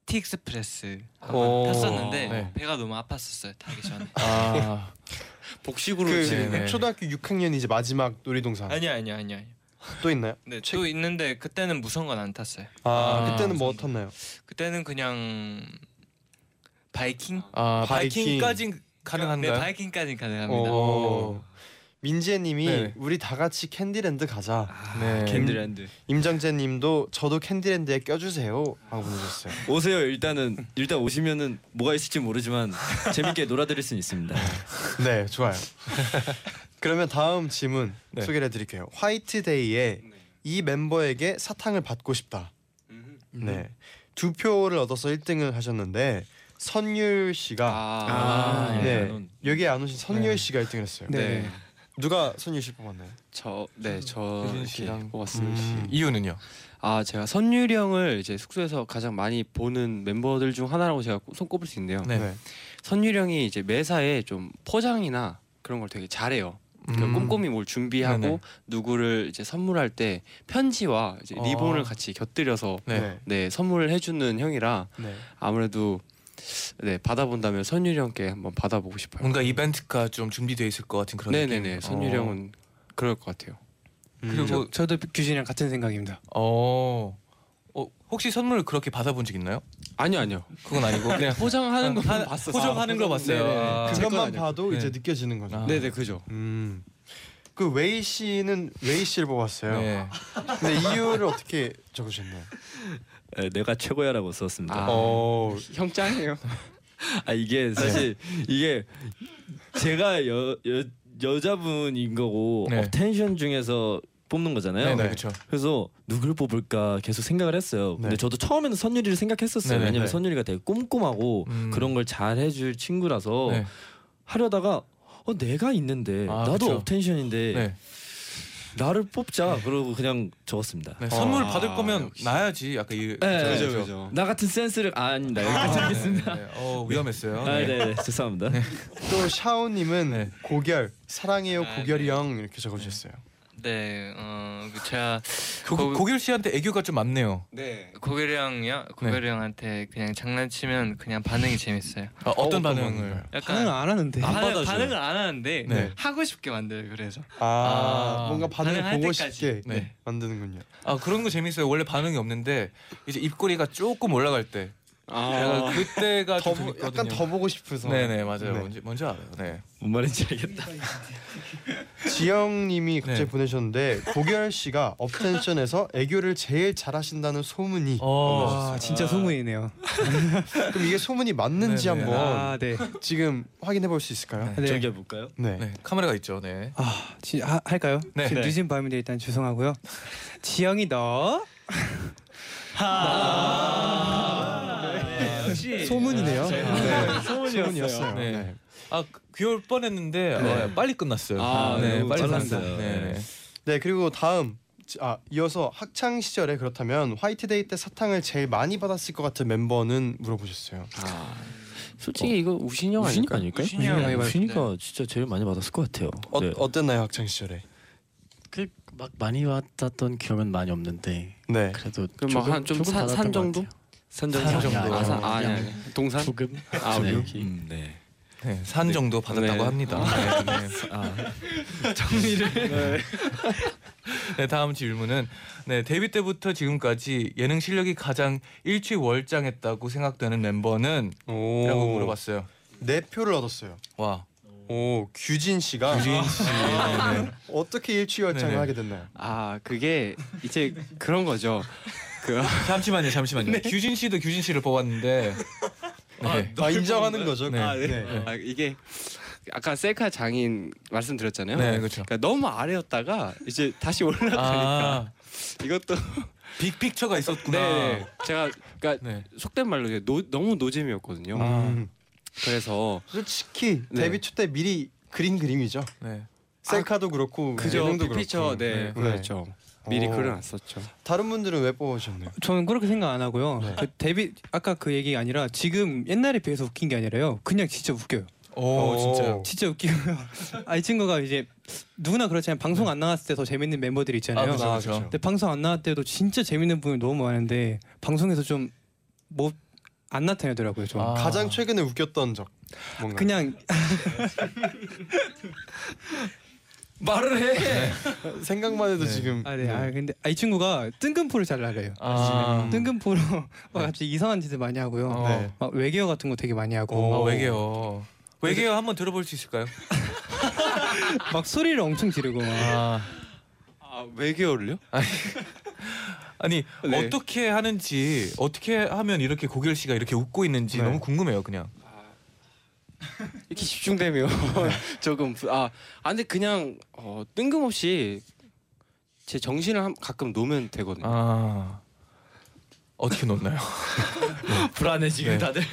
[SPEAKER 8] 티익스프레스
[SPEAKER 2] 오.
[SPEAKER 8] 한번 탔었는데
[SPEAKER 2] 네.
[SPEAKER 8] 배가 너무 아팠었어요 타기 전에.
[SPEAKER 2] 아,
[SPEAKER 4] 그
[SPEAKER 7] 복식으로
[SPEAKER 2] 네,
[SPEAKER 4] 지금
[SPEAKER 2] 네.
[SPEAKER 4] 그 초등학교 6학년 이제 마지막 놀이동산
[SPEAKER 8] 아니요 아니요 아니요. 아니요.
[SPEAKER 4] 또 있나요?
[SPEAKER 8] 네, 또 있는데 그때는 무서운 건 안 탔어요.
[SPEAKER 4] 아,
[SPEAKER 2] 아,
[SPEAKER 4] 그때는 뭐
[SPEAKER 8] 무슨-
[SPEAKER 4] 탔나요?
[SPEAKER 8] 그때는 그냥 바이킹?
[SPEAKER 2] 아
[SPEAKER 4] 바이킹.
[SPEAKER 2] 바이킹까지 가능한가요?
[SPEAKER 8] 네, 바이킹까지 가능합니다.
[SPEAKER 4] 오. 민지혜님이
[SPEAKER 2] 네.
[SPEAKER 4] 우리 다 같이 캔디랜드 가자.
[SPEAKER 2] 네.
[SPEAKER 6] 캔들랜드
[SPEAKER 4] 임정재님도 저도 캔디랜드에 껴주세요 하고 보내주셨어요.
[SPEAKER 6] 오세요. 일단은 일단 오시면은 뭐가 있을지 모르지만 재밌게 놀아드릴 수는 있습니다.
[SPEAKER 4] 네, 좋아요. 그러면 다음 질문
[SPEAKER 2] 네.
[SPEAKER 4] 소개해 드릴게요. 화이트데이에 이 멤버에게 사탕을 받고 싶다. 네, 두 표를 얻어서 1등을 하셨는데 선율 씨가
[SPEAKER 7] 아,
[SPEAKER 6] 아, 예.
[SPEAKER 4] 네 여기에 안 오신 선율 씨가 1등을 했어요.
[SPEAKER 7] 네.
[SPEAKER 4] 누가 선율 씨 뽑았나요?
[SPEAKER 7] 저, 네, 저
[SPEAKER 2] 유진
[SPEAKER 7] 이렇게
[SPEAKER 2] 씨랑 음.
[SPEAKER 7] 뽑았습니다.
[SPEAKER 2] 이유는요?
[SPEAKER 7] 아, 제가 선율이 형을 이제 숙소에서 가장 많이 보는 멤버들 중 하나라고 제가 꼽- 손꼽을 수 있는데요.
[SPEAKER 2] 네.
[SPEAKER 7] 선율이 형이 이제 매사에 좀 포장이나 그런 걸 되게 잘해요. 그러니까
[SPEAKER 2] 음.
[SPEAKER 7] 꼼꼼히 뭘 준비하고
[SPEAKER 2] 네네.
[SPEAKER 7] 누구를 이제 선물할 때 편지와 이제
[SPEAKER 2] 어.
[SPEAKER 7] 리본을 같이 곁들여서
[SPEAKER 2] 네.
[SPEAKER 7] 네 선물을 해주는 형이라
[SPEAKER 4] 네.
[SPEAKER 7] 아무래도 네 받아본다면 선율이 형께 한번 받아보고 싶어요.
[SPEAKER 2] 뭔가 이벤트가 좀 준비되어 있을 것 같은 그런
[SPEAKER 7] 네네네
[SPEAKER 2] 느낌.
[SPEAKER 7] 선율이
[SPEAKER 2] 어.
[SPEAKER 7] 형은 그럴 것 같아요.
[SPEAKER 2] 그리고
[SPEAKER 5] 뭐 저도 규진이랑 같은 생각입니다.
[SPEAKER 2] 어, 어 혹시 선물 그렇게 받아본 적 있나요?
[SPEAKER 7] 아니요 아니요
[SPEAKER 2] 그건 아니고 그냥
[SPEAKER 7] 포장하는 거
[SPEAKER 2] 한-
[SPEAKER 7] 봤어요.
[SPEAKER 2] 포장하는 걸 봤어요. 아.
[SPEAKER 7] 그- 제
[SPEAKER 4] 그것만
[SPEAKER 7] 건
[SPEAKER 4] 봐도
[SPEAKER 2] 네.
[SPEAKER 4] 이제 느껴지는 거죠.
[SPEAKER 2] 아.
[SPEAKER 7] 네네 그죠.
[SPEAKER 4] 음. 그 웨이 씨는 웨이 씨를 뽑았어요.
[SPEAKER 2] 네.
[SPEAKER 4] 근데 이유를 어떻게 적으셨나요?
[SPEAKER 6] 예, 내가 최고야라고 썼습니다.
[SPEAKER 7] 아.
[SPEAKER 4] 어,
[SPEAKER 7] 형 짱이에요.
[SPEAKER 6] 아
[SPEAKER 2] 네.
[SPEAKER 6] 이게 사실 이게 제가 여, 여 여자분인 거고
[SPEAKER 2] 네.
[SPEAKER 6] 어텐션 중에서 뽑는 거잖아요.
[SPEAKER 2] 네네 그렇죠.
[SPEAKER 6] 그래서 누굴 뽑을까 계속 생각을 했어요. 근데
[SPEAKER 4] 네.
[SPEAKER 6] 저도 처음에는 선율이를 생각했었어요.
[SPEAKER 2] 네네.
[SPEAKER 6] 왜냐면
[SPEAKER 4] 네.
[SPEAKER 6] 선율이가 되게 꼼꼼하고
[SPEAKER 2] 음.
[SPEAKER 6] 그런 걸 잘 해줄 친구라서
[SPEAKER 2] 네.
[SPEAKER 6] 하려다가 어 내가 있는데
[SPEAKER 2] 아,
[SPEAKER 6] 나도
[SPEAKER 2] 그쵸.
[SPEAKER 6] 업텐션인데
[SPEAKER 2] 네.
[SPEAKER 6] 나를 뽑자 그러고 그냥 적었습니다.
[SPEAKER 2] 네, 선물
[SPEAKER 7] 아,
[SPEAKER 2] 받을 거면
[SPEAKER 7] 역시.
[SPEAKER 2] 나야지. 약간 이
[SPEAKER 6] 네,
[SPEAKER 2] 그죠,
[SPEAKER 6] 그죠,
[SPEAKER 2] 그죠.
[SPEAKER 6] 나 같은 센스를 아, 아닙니다. 여기까지
[SPEAKER 2] 아,
[SPEAKER 6] 하겠습니다.
[SPEAKER 2] 네, 네. 어 위험했어요.
[SPEAKER 6] 아, 네, 네, 죄송합니다.
[SPEAKER 4] 또 샤오님은
[SPEAKER 2] 네.
[SPEAKER 4] 고결 사랑해요
[SPEAKER 8] 아,
[SPEAKER 4] 고결이
[SPEAKER 8] 네.
[SPEAKER 4] 형 이렇게 적어주셨어요.
[SPEAKER 8] 네, 어, 그 제가
[SPEAKER 2] 고, 고길 씨한테 애교가 좀 어, 많네요.
[SPEAKER 7] 네.
[SPEAKER 8] 고결이 형이요, 고결이 형한테 그냥 장난치면 그냥 반응이 재밌어요.
[SPEAKER 2] 아, 어떤
[SPEAKER 4] 어떤
[SPEAKER 2] 반응을?
[SPEAKER 4] 반응을?
[SPEAKER 5] 반응
[SPEAKER 8] 약간
[SPEAKER 5] 안 하는데.
[SPEAKER 2] 안 받아줘요.
[SPEAKER 8] 반응을 안 하는데
[SPEAKER 2] 네.
[SPEAKER 8] 하고 싶게 만들어요. 그래서
[SPEAKER 4] 아,
[SPEAKER 2] 아,
[SPEAKER 4] 뭔가 반응을
[SPEAKER 8] 반응할
[SPEAKER 4] 보고
[SPEAKER 8] 때까지.
[SPEAKER 4] 싶게
[SPEAKER 2] 네.
[SPEAKER 4] 만드는군요.
[SPEAKER 2] 아 그런 거 재밌어요. 원래 반응이 없는데 이제 입꼬리가 조금 올라갈 때
[SPEAKER 7] 아
[SPEAKER 2] 약간 그때가
[SPEAKER 4] 더
[SPEAKER 2] 좀
[SPEAKER 4] 보-
[SPEAKER 2] 재밌거든요.
[SPEAKER 4] 약간 더 보고 싶어서.
[SPEAKER 2] 네네 맞아요.
[SPEAKER 4] 네.
[SPEAKER 2] 뭔지 뭔지 알아요. 네.
[SPEAKER 6] 뭔 말인지 알겠다.
[SPEAKER 4] 지영님이 갑자기
[SPEAKER 2] 네.
[SPEAKER 4] 보내셨는데 고결 씨가 업텐션에서 애교를 제일 잘하신다는 소문이.
[SPEAKER 5] 와 아, 진짜 소문이네요.
[SPEAKER 4] 그럼 이게 소문이 맞는지
[SPEAKER 2] 네네.
[SPEAKER 4] 한번
[SPEAKER 5] 아 네.
[SPEAKER 4] 지금 확인해 볼 수 있을까요?
[SPEAKER 5] 네.
[SPEAKER 6] 저기 볼까요?
[SPEAKER 4] 네.
[SPEAKER 2] 네 카메라가 있죠. 네.
[SPEAKER 5] 아 지, 하, 할까요?
[SPEAKER 2] 네.
[SPEAKER 5] 지금
[SPEAKER 2] 네.
[SPEAKER 5] 늦은 밤인데 일단 죄송하고요. 지영이 너.
[SPEAKER 7] 아,
[SPEAKER 5] 소문이네요.
[SPEAKER 4] 네. 소문이었어요.
[SPEAKER 2] 네.
[SPEAKER 4] 네.
[SPEAKER 2] 아 귀여울 뻔했는데 어, 빨리 끝났어요.
[SPEAKER 7] 아,
[SPEAKER 2] 네
[SPEAKER 6] 너무
[SPEAKER 2] 빨리
[SPEAKER 6] 잘났어요.
[SPEAKER 2] 끝났어요. 네.
[SPEAKER 4] 네, 그리고 다음 아 이어서 학창 시절에 그렇다면 화이트데이 때 사탕을 제일 많이 받았을 것 같은 멤버는 물어보셨어요.
[SPEAKER 7] 솔직히 이거 뭐 우신이 형 아닐까?
[SPEAKER 6] 아닐까요?
[SPEAKER 8] 우신이 형이 많이
[SPEAKER 7] 네.
[SPEAKER 6] 우신이가 진짜 제일 많이 받았을 것 같아요.
[SPEAKER 4] 어,
[SPEAKER 6] 네.
[SPEAKER 4] 어땠나요 학창 시절에?
[SPEAKER 3] 그막 많이 왔던 기억은 많이 없는데
[SPEAKER 4] 네.
[SPEAKER 3] 그래도
[SPEAKER 7] 그럼
[SPEAKER 3] 조금-
[SPEAKER 7] 뭐한좀
[SPEAKER 3] 조금
[SPEAKER 7] 산-
[SPEAKER 3] 받았던
[SPEAKER 7] 산
[SPEAKER 3] 것
[SPEAKER 7] 정도?
[SPEAKER 3] 같아요.
[SPEAKER 7] 산정도
[SPEAKER 2] 산정도.
[SPEAKER 7] 아, 산, 아 아니 아니 동산
[SPEAKER 3] 조금
[SPEAKER 7] 아
[SPEAKER 3] 네.
[SPEAKER 7] 여기
[SPEAKER 6] 음, 네.
[SPEAKER 2] 네, 산 정도 받았다고
[SPEAKER 7] 네.
[SPEAKER 2] 합니다. 네, 네.
[SPEAKER 6] 아,
[SPEAKER 2] 네, 다음 질문은 네, 데뷔 때부터 지금까지 예능 실력이 가장 일취월장했다고 생각되는 멤버는
[SPEAKER 4] 오.
[SPEAKER 2] 라고 물어봤어요.
[SPEAKER 4] 네 표를 얻었어요.
[SPEAKER 2] 와.
[SPEAKER 4] 오 규진 씨가
[SPEAKER 2] 유진 씨. 네, 네.
[SPEAKER 4] 어떻게 일취월장을
[SPEAKER 2] 네네.
[SPEAKER 4] 하게 됐나요?
[SPEAKER 7] 아 그게 이제 그런 거죠 그
[SPEAKER 2] 잠시만요. 잠시만요. 네. 규진 씨도 규진 씨를 뽑았는데 네.
[SPEAKER 4] 아 인정하는 거죠.
[SPEAKER 2] 네.
[SPEAKER 4] 아, 네.
[SPEAKER 7] 아, 이게 아까 셀카 장인 말씀드렸잖아요
[SPEAKER 2] 네, 그렇죠.
[SPEAKER 7] 그러니까 너무 아래였다가 이제 다시 올라가니까
[SPEAKER 2] 아,
[SPEAKER 7] 이것도
[SPEAKER 2] 빅픽처가 있었구나.
[SPEAKER 7] 네 제가 그러니까
[SPEAKER 2] 네.
[SPEAKER 7] 속된 말로 이제 노, 너무 노잼이었거든요
[SPEAKER 6] 아.
[SPEAKER 4] 음.
[SPEAKER 7] 그래서
[SPEAKER 4] 솔직히
[SPEAKER 7] 네.
[SPEAKER 4] 데뷔 초 때 미리 그린 그림이죠.
[SPEAKER 2] 네.
[SPEAKER 4] 셀카도 그렇고
[SPEAKER 7] 그죠
[SPEAKER 4] 예능도
[SPEAKER 7] 피처
[SPEAKER 4] 그렇고.
[SPEAKER 7] 네,
[SPEAKER 2] 네.
[SPEAKER 7] 그렇죠 미리
[SPEAKER 4] 오.
[SPEAKER 7] 그려놨었죠
[SPEAKER 4] 다른 분들은 왜 뽑으셨나요?
[SPEAKER 5] 저는 그렇게 생각 안 하고요. 그 데뷔 아까 그 얘기 아니라 지금 옛날에 비해서 웃긴 게 아니라요. 그냥 진짜 웃겨요.
[SPEAKER 2] 오, 어,
[SPEAKER 4] 어.
[SPEAKER 2] 진짜요.
[SPEAKER 5] 진짜 웃기고요. 아 이 친구가 이제 누구나 그렇지만 방송 안 나갔을 때 더 재밌는 멤버들이
[SPEAKER 2] 아,
[SPEAKER 5] 있잖아요.
[SPEAKER 2] 그렇죠.
[SPEAKER 4] 그렇죠.
[SPEAKER 2] 그렇죠.
[SPEAKER 5] 근데 방송 안 나갈 때도 진짜 재밌는 분이 너무 많은데 방송에서 좀 못 안 나타내더라고요. 좀
[SPEAKER 2] 아.
[SPEAKER 4] 가장 최근에 웃겼던 적 뭔가.
[SPEAKER 5] 그냥
[SPEAKER 2] 말을 해.
[SPEAKER 4] 생각만 해도
[SPEAKER 2] 네.
[SPEAKER 4] 지금
[SPEAKER 5] 아, 네. 아 근데 아, 이 친구가 뜬금포를 잘 나가요.
[SPEAKER 2] 아,
[SPEAKER 5] 뜬금포로 막 갑자기 이상한 짓을 많이 하고요.
[SPEAKER 2] 어.
[SPEAKER 4] 네.
[SPEAKER 5] 막 외계어 같은 거 되게 많이 하고
[SPEAKER 2] 아, 외계어. 외계어 한번 들어볼 수 있을까요?
[SPEAKER 5] 막 소리를 엄청 지르고 막.
[SPEAKER 2] 아.
[SPEAKER 7] 아 외계어를요?
[SPEAKER 2] 아니
[SPEAKER 7] 네.
[SPEAKER 2] 어떻게 하는지 어떻게 하면 이렇게 고결 씨가 이렇게 웃고 있는지
[SPEAKER 4] 네.
[SPEAKER 2] 너무 궁금해요 그냥
[SPEAKER 7] 이렇게 집중되면 조금 부- 아, 아 근데 그냥 어, 뜬금없이 제 정신을 한- 가끔 놓으면 되거든요.
[SPEAKER 2] 아 어떻게 놓나요?
[SPEAKER 6] 불안해 지금
[SPEAKER 2] 네.
[SPEAKER 6] 다들.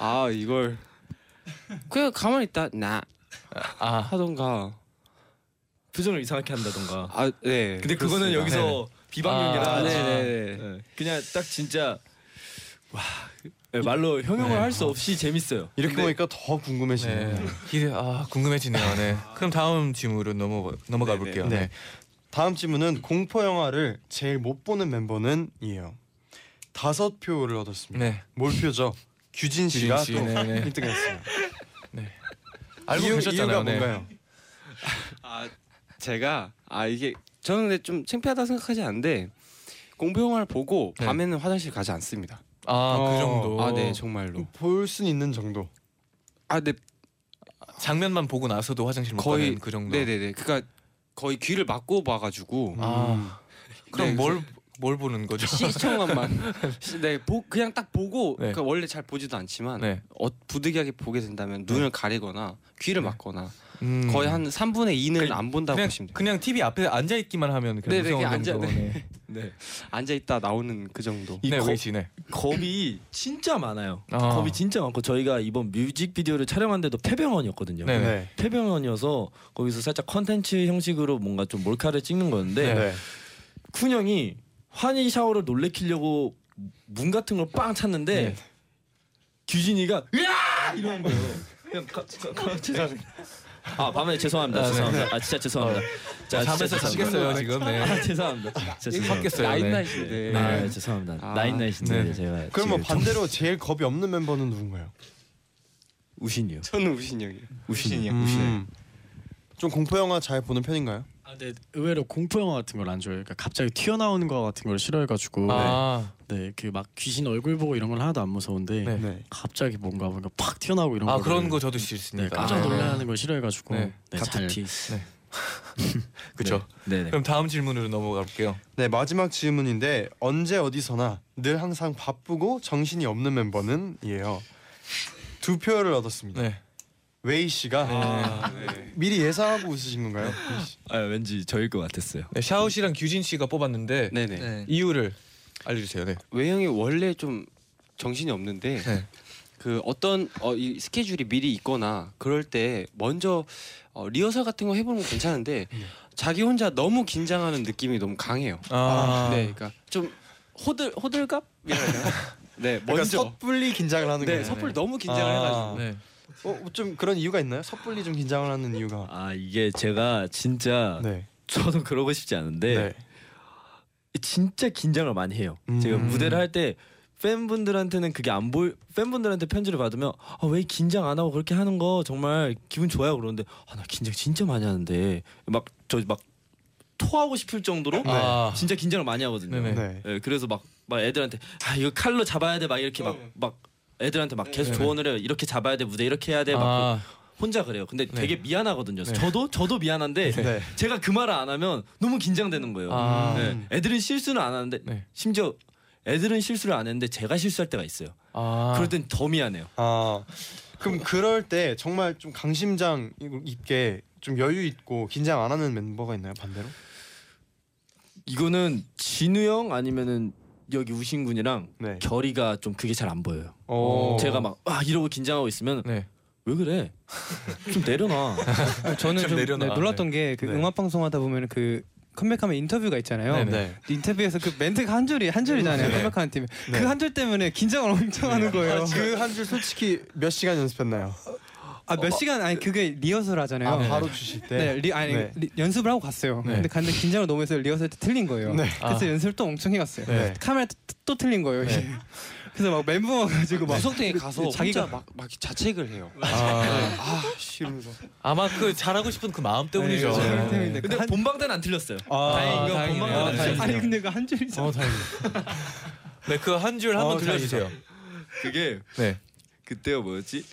[SPEAKER 7] 아 이걸 그냥 가만히 있다 나
[SPEAKER 2] 아
[SPEAKER 7] 하던가
[SPEAKER 6] 표정을 이상하게 한다던가.
[SPEAKER 7] 아 네.
[SPEAKER 6] 근데 그거는
[SPEAKER 7] 그렇습니다.
[SPEAKER 6] 여기서 비방용이라
[SPEAKER 7] 아,
[SPEAKER 2] 아,
[SPEAKER 7] 네네네.
[SPEAKER 6] 네. 그냥 딱 진짜 와 네, 말로 형용을
[SPEAKER 2] 네.
[SPEAKER 6] 할 수 없이 재밌어요.
[SPEAKER 4] 이렇게
[SPEAKER 6] 근데
[SPEAKER 4] 보니까 더 궁금해지네요.
[SPEAKER 2] 네. 기대 아 궁금해지네요. 네. 그럼 다음 질문으로 넘어 넘어가
[SPEAKER 6] 네, 네.
[SPEAKER 2] 볼게요.
[SPEAKER 4] 네.
[SPEAKER 2] 네.
[SPEAKER 4] 다음 질문은 공포 영화를 제일 못 보는 멤버는 이에요. 다섯 표를 얻었습니다.
[SPEAKER 2] 네.
[SPEAKER 4] 몰표죠. 규진 씨가
[SPEAKER 2] 규진 씨,
[SPEAKER 4] 또
[SPEAKER 2] 네, 네.
[SPEAKER 4] 1등했어요.
[SPEAKER 2] 알고
[SPEAKER 4] 이유,
[SPEAKER 2] 계셨잖아요. 네.
[SPEAKER 4] 이유가 뭔가요?
[SPEAKER 7] 아 제가 아 이게 저는 근데 좀 창피하다 생각하지 않는데 공포 영화를 보고
[SPEAKER 2] 네.
[SPEAKER 7] 밤에는 화장실 가지 않습니다.
[SPEAKER 2] 아그
[SPEAKER 4] 어,
[SPEAKER 2] 정도.
[SPEAKER 7] 아 네 정말로.
[SPEAKER 4] 볼 순 있는 정도.
[SPEAKER 7] 아 네.
[SPEAKER 2] 장면만 보고 나서도 화장실 못
[SPEAKER 7] 거의-
[SPEAKER 2] 가는 그 정도.
[SPEAKER 7] 네네네. 그러니까 거의 귀를 막고 봐가지고
[SPEAKER 4] 음.
[SPEAKER 2] 아
[SPEAKER 7] 네,
[SPEAKER 2] 그럼 뭘 뭘 보는 거죠?
[SPEAKER 7] 시청만만 시- 네, 보, 그냥 딱 보고
[SPEAKER 2] 네.
[SPEAKER 7] 그러니까 원래 잘 보지도 않지만
[SPEAKER 2] 네.
[SPEAKER 7] 어, 부득이하게 보게 된다면 눈을 가리거나 귀를 막거나
[SPEAKER 2] 네. 음.
[SPEAKER 7] 거의 한 3분의 2는
[SPEAKER 2] 그냥-
[SPEAKER 7] 안 본다고
[SPEAKER 2] 그냥
[SPEAKER 7] 보시면 돼요.
[SPEAKER 2] 그냥 TV 앞에 앉아 있기만 하면
[SPEAKER 7] 네,
[SPEAKER 2] 그냥
[SPEAKER 7] 네,
[SPEAKER 2] 무서운
[SPEAKER 7] 그냥
[SPEAKER 2] 정도.
[SPEAKER 7] 앉아-
[SPEAKER 2] 네.
[SPEAKER 6] 네.
[SPEAKER 7] 앉아 있다 나오는 그 정도.
[SPEAKER 6] 이
[SPEAKER 2] 네,
[SPEAKER 6] 거-
[SPEAKER 2] 웨이시네.
[SPEAKER 6] 겁이 진짜 많아요.
[SPEAKER 2] 아.
[SPEAKER 6] 겁이 진짜 많고 저희가 이번 뮤직비디오를 촬영한데도 폐병원이었거든요.
[SPEAKER 2] 네.
[SPEAKER 4] 네.
[SPEAKER 6] 폐병원이어서 거기서 살짝 컨텐츠 형식으로 뭔가 좀 몰카를 찍는 건데
[SPEAKER 4] 네.
[SPEAKER 6] 쿤 형이 환희 샤워를 놀래키려고 문 같은 걸 빵 찼는데
[SPEAKER 2] 네.
[SPEAKER 6] 규진이가 으아 이러는 거예요. 그냥 가, 가, 가, 죄송합니다. 아 밤에 죄송합니다.
[SPEAKER 2] 아, 네.
[SPEAKER 6] 죄송합니다. 아 진짜 죄송합니다. 자, 진짜
[SPEAKER 2] 잠에서
[SPEAKER 6] 죄송합니다.
[SPEAKER 2] 자시겠어요 지금. 네.
[SPEAKER 6] 아 죄송합니다. 진짜 죄송합니다.
[SPEAKER 2] 섞였어요. 네.
[SPEAKER 7] 나잇나잇인데.
[SPEAKER 6] 아뭐 죄송합니다.
[SPEAKER 7] 아,
[SPEAKER 6] 나인나이신데
[SPEAKER 2] 네.
[SPEAKER 6] 제가
[SPEAKER 4] 그러면
[SPEAKER 6] 지금
[SPEAKER 4] 반대로 제일 겁이 없는 멤버는 누군가요?
[SPEAKER 6] 우신이요.
[SPEAKER 7] 저는 우신형이요.
[SPEAKER 6] 우신이요.
[SPEAKER 4] 음. 좀 공포 영화 잘 보는 편인가요?
[SPEAKER 3] 아, 근데 의외로 공포 영화 같은 걸 안 좋아해요. 그러니까 갑자기 튀어나오는 거 같은 걸 싫어해가지고
[SPEAKER 2] 아,
[SPEAKER 3] 네, 그 막 귀신 얼굴 보고 이런 건 하나도 안 무서운데
[SPEAKER 2] 네.
[SPEAKER 3] 갑자기 뭔가 뭔가 팍 튀어나오고 이런
[SPEAKER 2] 아
[SPEAKER 3] 거를
[SPEAKER 2] 그런 거 저도
[SPEAKER 3] 네,
[SPEAKER 2] 싫습니다.
[SPEAKER 3] 깜짝
[SPEAKER 2] 아,
[SPEAKER 3] 놀라는 걸 싫어해가지고
[SPEAKER 2] 네,
[SPEAKER 3] 네, 잘
[SPEAKER 6] 갑툭튀.
[SPEAKER 2] 그쵸.
[SPEAKER 6] 네네.
[SPEAKER 2] 그럼 다음 질문으로 넘어갈게요.
[SPEAKER 4] 네 마지막 질문인데 언제 어디서나 늘 항상 바쁘고 정신이 없는 멤버는 이에요. 두 표를 얻었습니다.
[SPEAKER 2] 네.
[SPEAKER 4] 웨이 씨가 미리 예상하고 웃으신 건가요? 웨이 씨.
[SPEAKER 6] 아 왠지 저일 것 같았어요.
[SPEAKER 2] 네, 샤오 씨랑 규진 씨가 뽑았는데
[SPEAKER 7] 네네.
[SPEAKER 2] 이유를 알려주세요. 네.
[SPEAKER 7] 외형이 원래 좀 정신이 없는데
[SPEAKER 2] 네.
[SPEAKER 7] 그 어떤 어, 이 스케줄이 미리 있거나 그럴 때 먼저 어, 리허설 같은 거 해보는 건 괜찮은데 자기 혼자 너무 긴장하는 느낌이 너무 강해요.
[SPEAKER 2] 아,
[SPEAKER 7] 네, 그러니까 좀 호들 호들갑이라나. 네,
[SPEAKER 4] 그러니까
[SPEAKER 7] 먼저
[SPEAKER 4] 섣불리 긴장을 하는
[SPEAKER 7] 네
[SPEAKER 4] 거예요.
[SPEAKER 7] 섣불 너무 긴장을
[SPEAKER 4] 아.
[SPEAKER 7] 해가지고
[SPEAKER 2] 네.
[SPEAKER 4] 어, 좀 그런 이유가 있나요? 섣불리 좀 긴장을 하는 이유가.
[SPEAKER 6] 아 이게 제가 진짜
[SPEAKER 4] 네.
[SPEAKER 6] 저도 네.
[SPEAKER 2] 네.
[SPEAKER 6] 그러고 싶지 않은데 진짜 긴장을 많이 해요.
[SPEAKER 4] 음.
[SPEAKER 6] 제가 무대를 할 때 팬분들한테는 그게 안 보일 팬분들한테 편지를 받으면 아, 왜 긴장 안 하고 그렇게 하는 거 정말 기분 좋아요 그러는데 아, 나 긴장 진짜 많이 하는데 막 저 막 토하고 싶을 정도로
[SPEAKER 2] 아.
[SPEAKER 6] 진짜 긴장을 많이 하거든요.
[SPEAKER 2] 네네.
[SPEAKER 4] 네.
[SPEAKER 6] 예, 그래서 막, 막 애들한테 아 이거 칼로 잡아야 돼 막 이렇게 막 막 애들한테 막 계속
[SPEAKER 2] 어. 네.
[SPEAKER 6] 조언을 해요. 이렇게 잡아야 돼 무대 이렇게
[SPEAKER 3] 네,
[SPEAKER 6] 해야 돼막
[SPEAKER 2] 아,
[SPEAKER 6] 혼자 그래요. 근데
[SPEAKER 2] 네.
[SPEAKER 6] 되게 미안하거든요.
[SPEAKER 2] 네.
[SPEAKER 6] 저도 저도 미안한데
[SPEAKER 4] 네.
[SPEAKER 6] 제가 그 말을 안 하면 너무 긴장되는 거예요.
[SPEAKER 2] 아.
[SPEAKER 4] 음.
[SPEAKER 6] 네. 애들은 실수는 안 하는데
[SPEAKER 2] 네.
[SPEAKER 6] 심지어 애들은 실수를 안 했는데 제가 실수할 때가 있어요.
[SPEAKER 2] 아.
[SPEAKER 6] 그럴 땐 더 미안해요.
[SPEAKER 4] 아 그럼 그럴 때 정말 좀 강심장 있게 좀 여유 있고 긴장 안 하는 멤버가 있나요 반대로?
[SPEAKER 6] 이거는 진우 형 아니면은 여기 우신 군이랑
[SPEAKER 4] 네. 어.
[SPEAKER 6] 결이가 좀 그게 잘 안 보여요.
[SPEAKER 4] 오.
[SPEAKER 6] 어, 제가 막아 이러고 긴장하고 있으면
[SPEAKER 2] 네.
[SPEAKER 6] 왜 그래? 좀 내려놔.
[SPEAKER 5] 저는
[SPEAKER 2] 좀
[SPEAKER 5] 좀
[SPEAKER 2] 내려놔.
[SPEAKER 5] 네, 놀랐던 게 그
[SPEAKER 4] 네.
[SPEAKER 5] 음악 방송 하다 보면 그 컴백하면 인터뷰가 있잖아요.
[SPEAKER 2] 네네.
[SPEAKER 4] 네.
[SPEAKER 5] 인터뷰에서 그 멘트가 한 줄이 한 줄이잖아요. 컴백하는 팀이 그 한 줄 때문에 긴장을 엄청 하는 거예요.
[SPEAKER 4] 그 한 줄 솔직히 몇 시간 연습했나요?
[SPEAKER 5] 아 몇 시간 아니 그게 리허설 하잖아요.
[SPEAKER 4] 아 바로 주실 때.
[SPEAKER 5] 네, 리, 아니
[SPEAKER 4] 네.
[SPEAKER 5] 리- 연습을 하고 갔어요.
[SPEAKER 2] 네.
[SPEAKER 5] 근데 갔는데 긴장을 너무 해서 리허설 때 틀린 거예요.
[SPEAKER 4] 네.
[SPEAKER 5] 그래서 연습을 또 엄청 해갔어요.
[SPEAKER 4] 네.
[SPEAKER 5] 카메라 또, 또 틀린 거예요.
[SPEAKER 2] 네.
[SPEAKER 5] 이게. 그래서 막 멘붕 와가지고 막 그
[SPEAKER 7] 구성탱이 가서
[SPEAKER 5] 자기가-
[SPEAKER 7] 자기가 막, 막 자책을 해요.
[SPEAKER 2] 아,
[SPEAKER 7] 아, 싫으면서.
[SPEAKER 2] 아마 그 잘하고 싶은 그 마음 때문이죠.
[SPEAKER 5] 네, 그래서
[SPEAKER 2] 네.
[SPEAKER 5] 멘붕인데
[SPEAKER 6] 근데
[SPEAKER 5] 한-
[SPEAKER 6] 본방 때는 안 틀렸어요.
[SPEAKER 2] 아,
[SPEAKER 6] 다행인 건
[SPEAKER 2] 다행이네요.
[SPEAKER 6] 본방 때는 안 틀렸어요.
[SPEAKER 5] 아니 근데 그 한 줄이잖아.
[SPEAKER 2] 어, 다행이다. 네, 그 한 줄 한번
[SPEAKER 4] 어,
[SPEAKER 2] 들려주세요.
[SPEAKER 6] 그게
[SPEAKER 2] 네.
[SPEAKER 6] 그때가 뭐였지?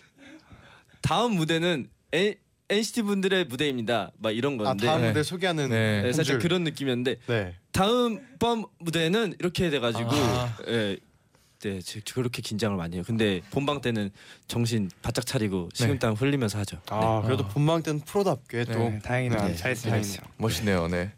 [SPEAKER 6] 다음 무대는 N, NCT 분들의 무대입니다. 막 이런
[SPEAKER 4] 아
[SPEAKER 6] 건데
[SPEAKER 4] 다음
[SPEAKER 2] 네.
[SPEAKER 4] 무대 소개하는.
[SPEAKER 2] 네.
[SPEAKER 6] 예,
[SPEAKER 4] 한
[SPEAKER 6] 살짝
[SPEAKER 4] 줄.
[SPEAKER 6] 그런 느낌이었는데
[SPEAKER 4] 네.
[SPEAKER 6] 다음 번 무대는 이렇게 돼가지고
[SPEAKER 2] 아.
[SPEAKER 6] 예, 네, 저- 저 그렇게 긴장을 많이 해요. 근데 본방 때는 정신 바짝 차리고 식은땀 흘리면서 하죠.
[SPEAKER 4] 아 그래도 본방 때는 프로답게 또.
[SPEAKER 5] 네, 다행이다.
[SPEAKER 4] 네,
[SPEAKER 5] 잘했어,
[SPEAKER 4] 다행이네요.
[SPEAKER 5] 잘했어.
[SPEAKER 2] 멋있네요. 네.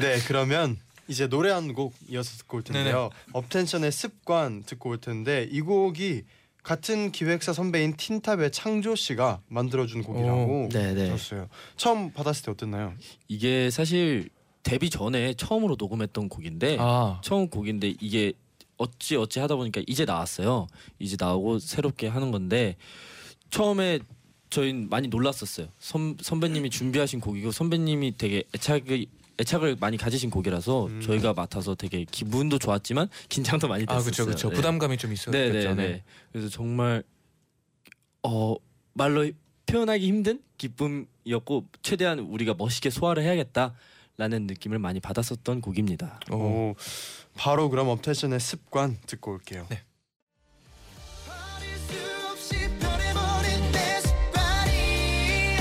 [SPEAKER 4] 네 그러면 이제 노래 한 곡 이어서 듣고 올 텐데요. 업텐션의 습관 듣고 올 텐데 이 곡이 같은 기획사 선배인 틴탑의 창조 씨가 만들어준 곡이라고
[SPEAKER 6] 네네.
[SPEAKER 4] 들었어요. 처음 받았을 때 어땠나요?
[SPEAKER 6] 이게 사실 데뷔 전에 처음으로 녹음했던 곡인데
[SPEAKER 2] 아,
[SPEAKER 6] 처음 곡인데 이게 어찌 어찌 하다 보니까 이제 나왔어요. 이제 나오고 새롭게 하는 건데 처음에 저희는 많이 놀랐었어요. 선, 선배님이 준비하신 곡이고 선배님이 되게 애착이 애착을 많이 가지신 곡이라서
[SPEAKER 4] 음.
[SPEAKER 6] 저희가 맡아서 되게 기분도 좋았지만 긴장도 많이 됐었어요.
[SPEAKER 2] 아 그렇죠, 그렇죠.
[SPEAKER 6] 네.
[SPEAKER 2] 부담감이 좀 있었겠죠.
[SPEAKER 6] 네네네. 그래서 정말 어 말로 표현하기 힘든 기쁨이었고 최대한 우리가 멋있게 소화를 해야겠다라는 느낌을 많이 받았었던 곡입니다.
[SPEAKER 4] 네.
[SPEAKER 2] 오.
[SPEAKER 4] 오. 바로 그럼 업텐션의 습관 듣고 올게요.
[SPEAKER 1] 버릴 수 없이 변해버린 내 습관이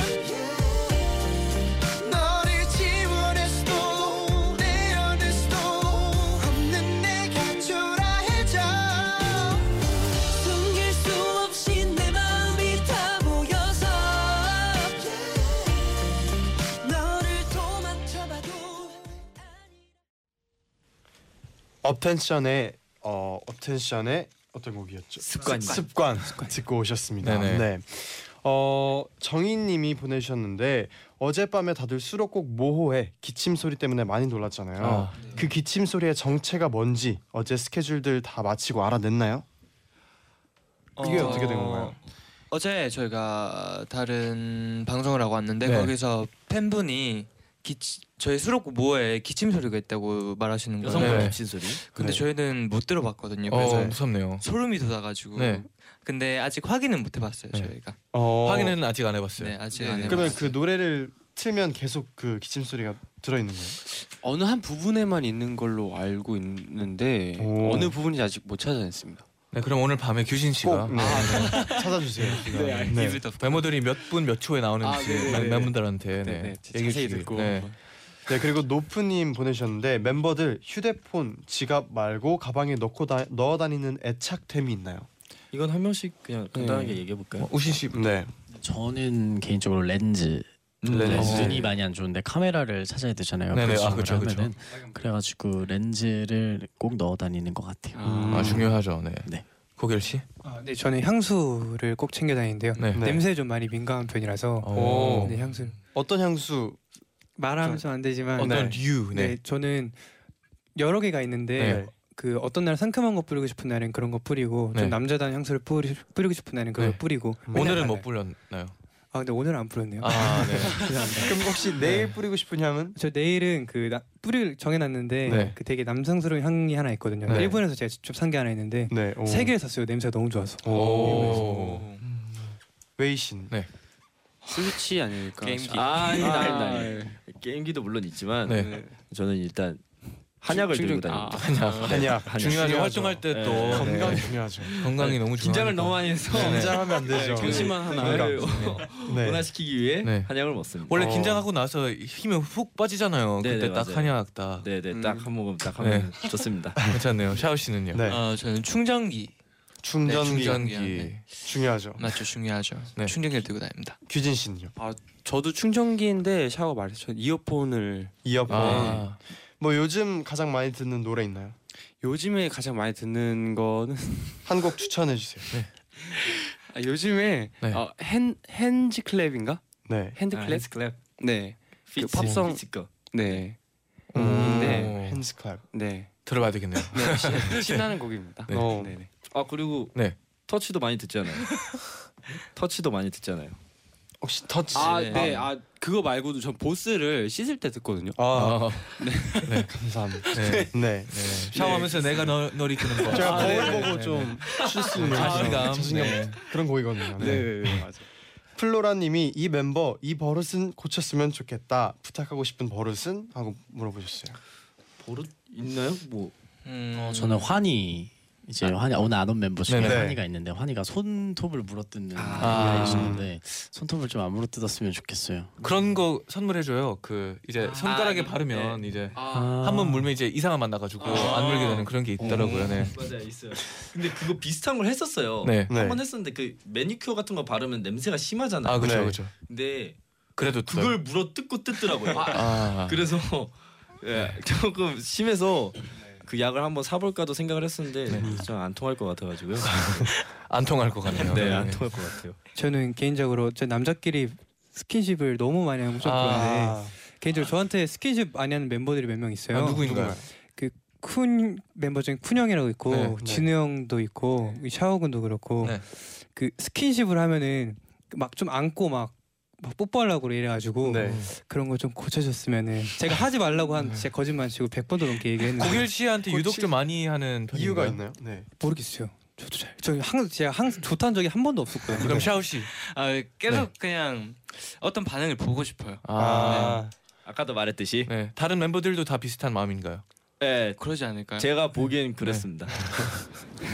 [SPEAKER 1] 너를 지워낼 수도 내려낼 수도 없는 내게 초라해져 숨길 수 없이 내 마음이 다 모여서 너를 도망쳐봐도
[SPEAKER 4] 업텐션의 어 업텐션의 어떤 곡이었죠?
[SPEAKER 6] 습관이요.
[SPEAKER 4] 습관, 듣고 오셨습니다.
[SPEAKER 2] 네네.
[SPEAKER 4] 네. 어 정인님이 보내주셨는데 어젯밤에 다들 수록곡 모호해 기침 소리 때문에 많이 놀랐잖아요.
[SPEAKER 2] 아.
[SPEAKER 4] 그 기침 소리의 정체가 뭔지 어제 스케줄들 다 마치고 알아냈나요? 이게 어... 떻게된 건가요?
[SPEAKER 8] 어제 저희가 다른 방송을 하고 왔는데
[SPEAKER 2] 네.
[SPEAKER 8] 거기서 팬분이 기치, 저희 수록곡 뭐에 기침 소리가 있다고 말하시는 거예요.
[SPEAKER 6] 여성분
[SPEAKER 2] 네.
[SPEAKER 6] 미친 소리.
[SPEAKER 8] 근데
[SPEAKER 4] 네.
[SPEAKER 8] 저희는 못 들어봤거든요.
[SPEAKER 2] 어,
[SPEAKER 8] 그래서
[SPEAKER 2] 무섭네요.
[SPEAKER 8] 소름이 돋아가지고.
[SPEAKER 2] 네.
[SPEAKER 8] 근데 아직 확인은 못 해봤어요
[SPEAKER 2] 네.
[SPEAKER 8] 저희가.
[SPEAKER 4] 어...
[SPEAKER 2] 확인은 아직 안 해봤어요.
[SPEAKER 8] 네 아직
[SPEAKER 7] 네,
[SPEAKER 8] 안
[SPEAKER 7] 네.
[SPEAKER 8] 해봤어요.
[SPEAKER 4] 그러면 그 노래를 틀면 계속 그 기침 소리가 들어 있는 거예요.
[SPEAKER 7] 어느 한 부분에만 있는 걸로 알고 있는데
[SPEAKER 4] 오.
[SPEAKER 7] 어느 부분인지 아직 못 찾아냈습니다.
[SPEAKER 2] 네, 그럼 오늘 밤에 규신 씨가 아,
[SPEAKER 4] 꼭 네. 찾아주세요.
[SPEAKER 7] 네.
[SPEAKER 2] 메모들이 몇 분 몇 초에
[SPEAKER 7] 아,
[SPEAKER 2] 나오는지
[SPEAKER 7] 네네네.
[SPEAKER 2] 멤- 멤버들한테 네.
[SPEAKER 7] 네,
[SPEAKER 2] 얘기해
[SPEAKER 7] 자세히
[SPEAKER 2] 주시길.
[SPEAKER 7] 듣고
[SPEAKER 2] 네.
[SPEAKER 7] 한번.
[SPEAKER 4] 네 그리고 노프님 보내셨는데 멤버들 휴대폰, 지갑 말고 가방에 넣고 다, 넣어 다니는 애착템이 있나요?
[SPEAKER 6] 이건 한 명씩 그냥 간단하게 얘기해 볼까요?
[SPEAKER 2] 우신 씨.
[SPEAKER 4] 네.
[SPEAKER 3] 저는 개인적으로 렌즈
[SPEAKER 7] 음,
[SPEAKER 4] 어.
[SPEAKER 2] 렌즈.
[SPEAKER 4] 네.
[SPEAKER 3] 눈이 많이 안 좋은데 카메라를 찾아야 되잖아요.
[SPEAKER 2] 네네, 아,
[SPEAKER 3] 아,
[SPEAKER 2] 그쵸, 그쵸.
[SPEAKER 3] 그래가지고 렌즈를 꼭 넣어 다니는 것 같아요.
[SPEAKER 4] 음.
[SPEAKER 7] 아,
[SPEAKER 2] 아 중요하죠. 네.
[SPEAKER 3] 네.
[SPEAKER 2] 고결 씨.
[SPEAKER 5] 아, 네, 저는 향수를 꼭 챙겨 다니는데요.
[SPEAKER 2] 네. 어,
[SPEAKER 4] 네.
[SPEAKER 5] 냄새에 좀 많이 민감한 편이라서
[SPEAKER 2] 오.
[SPEAKER 5] 네, 향수
[SPEAKER 4] 어떤 향수?
[SPEAKER 5] 말하면서 안 되지만
[SPEAKER 2] 어떤
[SPEAKER 5] 네.
[SPEAKER 2] 류.
[SPEAKER 5] 네.
[SPEAKER 2] 네.
[SPEAKER 5] 저는 여러 개가 있는데
[SPEAKER 2] 네.
[SPEAKER 5] 그 어떤 날 상큼한 거 뿌리고 싶은 날엔 그런 거 뿌리고
[SPEAKER 2] 네.
[SPEAKER 5] 좀 남자다운 향수를 뿌리, 뿌리고 싶은 날엔 그걸
[SPEAKER 2] 네.
[SPEAKER 5] 뿌리고 맨날
[SPEAKER 2] 오늘은 못
[SPEAKER 5] 달라요.
[SPEAKER 2] 불렸나요?
[SPEAKER 5] 아, 아 근데 오늘 안 풀었네요.
[SPEAKER 2] 아, 네.
[SPEAKER 4] 그럼 혹시 내일 뿌리고 싶은 향은?
[SPEAKER 5] 저 내일은 그 나, 뿌리를 정해놨는데
[SPEAKER 2] 네.
[SPEAKER 5] 그 되게 남성스러운 향이 하나 있거든요.
[SPEAKER 4] 네.
[SPEAKER 5] 일본에서 제가 직접 산 게 하나 있는데
[SPEAKER 4] 네. 오.
[SPEAKER 5] 세 개를 샀어요. 냄새가 너무 좋아서.
[SPEAKER 4] 오. 웨이신.
[SPEAKER 7] 스위치 아닐까?
[SPEAKER 8] 게임기.
[SPEAKER 6] 아, 아니, 아니, 아니. 게임기도 물론 있지만
[SPEAKER 2] 네.
[SPEAKER 6] 저는 일단 한약을
[SPEAKER 2] 충전-
[SPEAKER 6] 들고 다니고
[SPEAKER 4] 한약.
[SPEAKER 2] 중요하죠. 활동할 때 또
[SPEAKER 6] 네.
[SPEAKER 4] 건강 중요하죠.
[SPEAKER 2] 건강이 너무 중요하니까.
[SPEAKER 6] 긴장을 너무 많이 해서
[SPEAKER 4] 긴장하면 안 되죠.
[SPEAKER 6] 정신만 하나를
[SPEAKER 4] 건강. 네.
[SPEAKER 6] 분화시키기 위해
[SPEAKER 2] 네.
[SPEAKER 6] 한약을 먹습니다.
[SPEAKER 2] 원래
[SPEAKER 4] 어.
[SPEAKER 2] 긴장하고 나서 힘이 훅 빠지잖아요.
[SPEAKER 6] 네,
[SPEAKER 2] 그때
[SPEAKER 6] 네,
[SPEAKER 2] 딱
[SPEAKER 6] 맞아요.
[SPEAKER 2] 한약 딱
[SPEAKER 6] 음. 네네 그 딱 한 모금 딱
[SPEAKER 2] 네.
[SPEAKER 6] 하면 좋습니다.
[SPEAKER 2] 괜찮네요. 샤오 씨는요?
[SPEAKER 4] 네.
[SPEAKER 8] 아 저는 충전기 네,
[SPEAKER 2] 네,
[SPEAKER 4] 충전기
[SPEAKER 8] 충전.
[SPEAKER 2] 충전기.
[SPEAKER 4] 중요하죠.
[SPEAKER 8] 맞죠 중요하죠.
[SPEAKER 2] 네.
[SPEAKER 8] 충전기를 들고 다닙니다.
[SPEAKER 4] 규진 씨는요?
[SPEAKER 7] 저도 충전기인데 샤워 말했죠. 이어폰을
[SPEAKER 4] 이어폰.
[SPEAKER 2] 아,
[SPEAKER 4] 뭐 요즘 가장 많이 듣는 노래 있나요?
[SPEAKER 7] 요즘에 가장 많이 듣는 거는
[SPEAKER 4] 한 곡 추천해 주세요.
[SPEAKER 7] 아, 요즘에
[SPEAKER 2] 네. 아,
[SPEAKER 7] 어, 핸 핸즈 클랩인가?
[SPEAKER 4] 네.
[SPEAKER 7] 핸드 클랩?
[SPEAKER 6] 클랩
[SPEAKER 7] 네.
[SPEAKER 6] 피치
[SPEAKER 7] 팝송.
[SPEAKER 6] 피치 거.
[SPEAKER 7] 네.
[SPEAKER 2] 음.
[SPEAKER 4] 네. 핸즈클럽.
[SPEAKER 7] 네.
[SPEAKER 2] 들어봐야 되겠네요.
[SPEAKER 7] 네. 시- 신나는 곡입니다.
[SPEAKER 2] 네.
[SPEAKER 4] 어.
[SPEAKER 7] 네. 네.
[SPEAKER 6] 아 그리고
[SPEAKER 2] 네.
[SPEAKER 6] 터치도 많이 듣잖아요. 터치도 많이 듣잖아요.
[SPEAKER 4] 혹시 터치.
[SPEAKER 7] 아,
[SPEAKER 6] 네.
[SPEAKER 7] 네. 아, 그거 말고도 전 보스를 씻을 때 듣거든요.
[SPEAKER 4] 아,
[SPEAKER 2] 어,
[SPEAKER 4] 감사합니다.
[SPEAKER 2] 네.
[SPEAKER 4] 네.
[SPEAKER 2] 네. 샤워하면서 내가 널, 널 이끄는 거.
[SPEAKER 4] 제가 거울
[SPEAKER 2] 네,
[SPEAKER 4] 보고
[SPEAKER 2] 네,
[SPEAKER 4] 좀 실수를
[SPEAKER 2] 네. 자신감.
[SPEAKER 4] 자신감
[SPEAKER 2] 네.
[SPEAKER 4] 그런 곡이거든요. 네.
[SPEAKER 7] 맞아.
[SPEAKER 4] 플로라님이 이 멤버 이 버릇은 고쳤으면 좋겠다 부탁하고 싶은 버릇은 하고 물어보셨어요.
[SPEAKER 6] 버릇 있나요? 뭐
[SPEAKER 8] 음,
[SPEAKER 3] 어, 저는 환희 이제 환희 오늘 안 온 멤버 중에
[SPEAKER 2] 아. 네네.
[SPEAKER 3] 환희가 있는데 환희가 손톱을 물어뜯는
[SPEAKER 4] 음.
[SPEAKER 2] 아.
[SPEAKER 3] 아~
[SPEAKER 4] 네.
[SPEAKER 3] 있었는데 손톱을 좀 안 물어뜯었으면 좋겠어요.
[SPEAKER 2] 그런 거 선물해줘요. 그 이제 손가락에
[SPEAKER 6] 아,
[SPEAKER 8] 네.
[SPEAKER 2] 바르면 이제
[SPEAKER 6] 아,
[SPEAKER 2] 한 번 물면 이제 이상한 맛 나가지고
[SPEAKER 6] 아.
[SPEAKER 2] 안 물게 되는 그런 게 있더라고요. 네.
[SPEAKER 6] 맞아요 있어요. 근데 그거 비슷한 걸 했었어요.
[SPEAKER 2] 네.
[SPEAKER 4] 네.
[SPEAKER 6] 한 번 했었는데 그 매니큐어 같은 거 바르면 냄새가 심하잖아요.
[SPEAKER 2] 아 그렇죠,
[SPEAKER 4] 네.
[SPEAKER 2] 그렇죠.
[SPEAKER 6] 근데
[SPEAKER 2] 그래도
[SPEAKER 6] 그걸 물어 뜯고 뜯더라고요.
[SPEAKER 2] 아,
[SPEAKER 6] 그래서 예, 조금 심해서 그 약을 한번 사볼까도 생각을 했었는데 좀 안 통할 것 네. 같아가지고요.
[SPEAKER 2] 안 통할 것 같네요.
[SPEAKER 6] 네, 안 통할 것 같아요.
[SPEAKER 5] 저는 개인적으로 제 남자끼리 스킨십을 너무 많이 하고 좀 그런데
[SPEAKER 4] 아,
[SPEAKER 5] 개인적으로 저한테 스킨십 많이 하는 멤버들이 몇 명 있어요.
[SPEAKER 2] 아, 누구인가요?
[SPEAKER 5] 쿤 멤버 중에 쿤 형이라고 있고
[SPEAKER 2] 네, 네.
[SPEAKER 5] 진우 형도 있고 샤오 군도 그렇고
[SPEAKER 2] 네.
[SPEAKER 5] 그 스킨십을 하면은 막 좀 안고 막, 막 뽀뽀하려고 그래 이래가지고
[SPEAKER 4] 네.
[SPEAKER 5] 그런 걸 좀 고쳐줬으면은 제가 하지 말라고 한 진짜 거짓말 치고 100번도 넘게 얘기했는데
[SPEAKER 2] 고길 씨한테 유독 좀 많이 하는 편인가요?
[SPEAKER 4] 이유가 있나요? 네.
[SPEAKER 5] 모르겠어요. 저도 잘. 저 항상 제가 항상 좋다는 적이 한 번도 없었고요.
[SPEAKER 2] 그럼 샤오 씨.
[SPEAKER 8] 아 계속
[SPEAKER 2] 네.
[SPEAKER 8] 그냥 어떤 반응을 보고 싶어요.
[SPEAKER 2] 아,
[SPEAKER 6] 아까도 말했듯이
[SPEAKER 2] 네. 네. 다른 멤버들도 다 비슷한 마음인가요?
[SPEAKER 6] 예,
[SPEAKER 8] 그러지 않을까요?
[SPEAKER 6] 제가 보기엔 그랬습니다.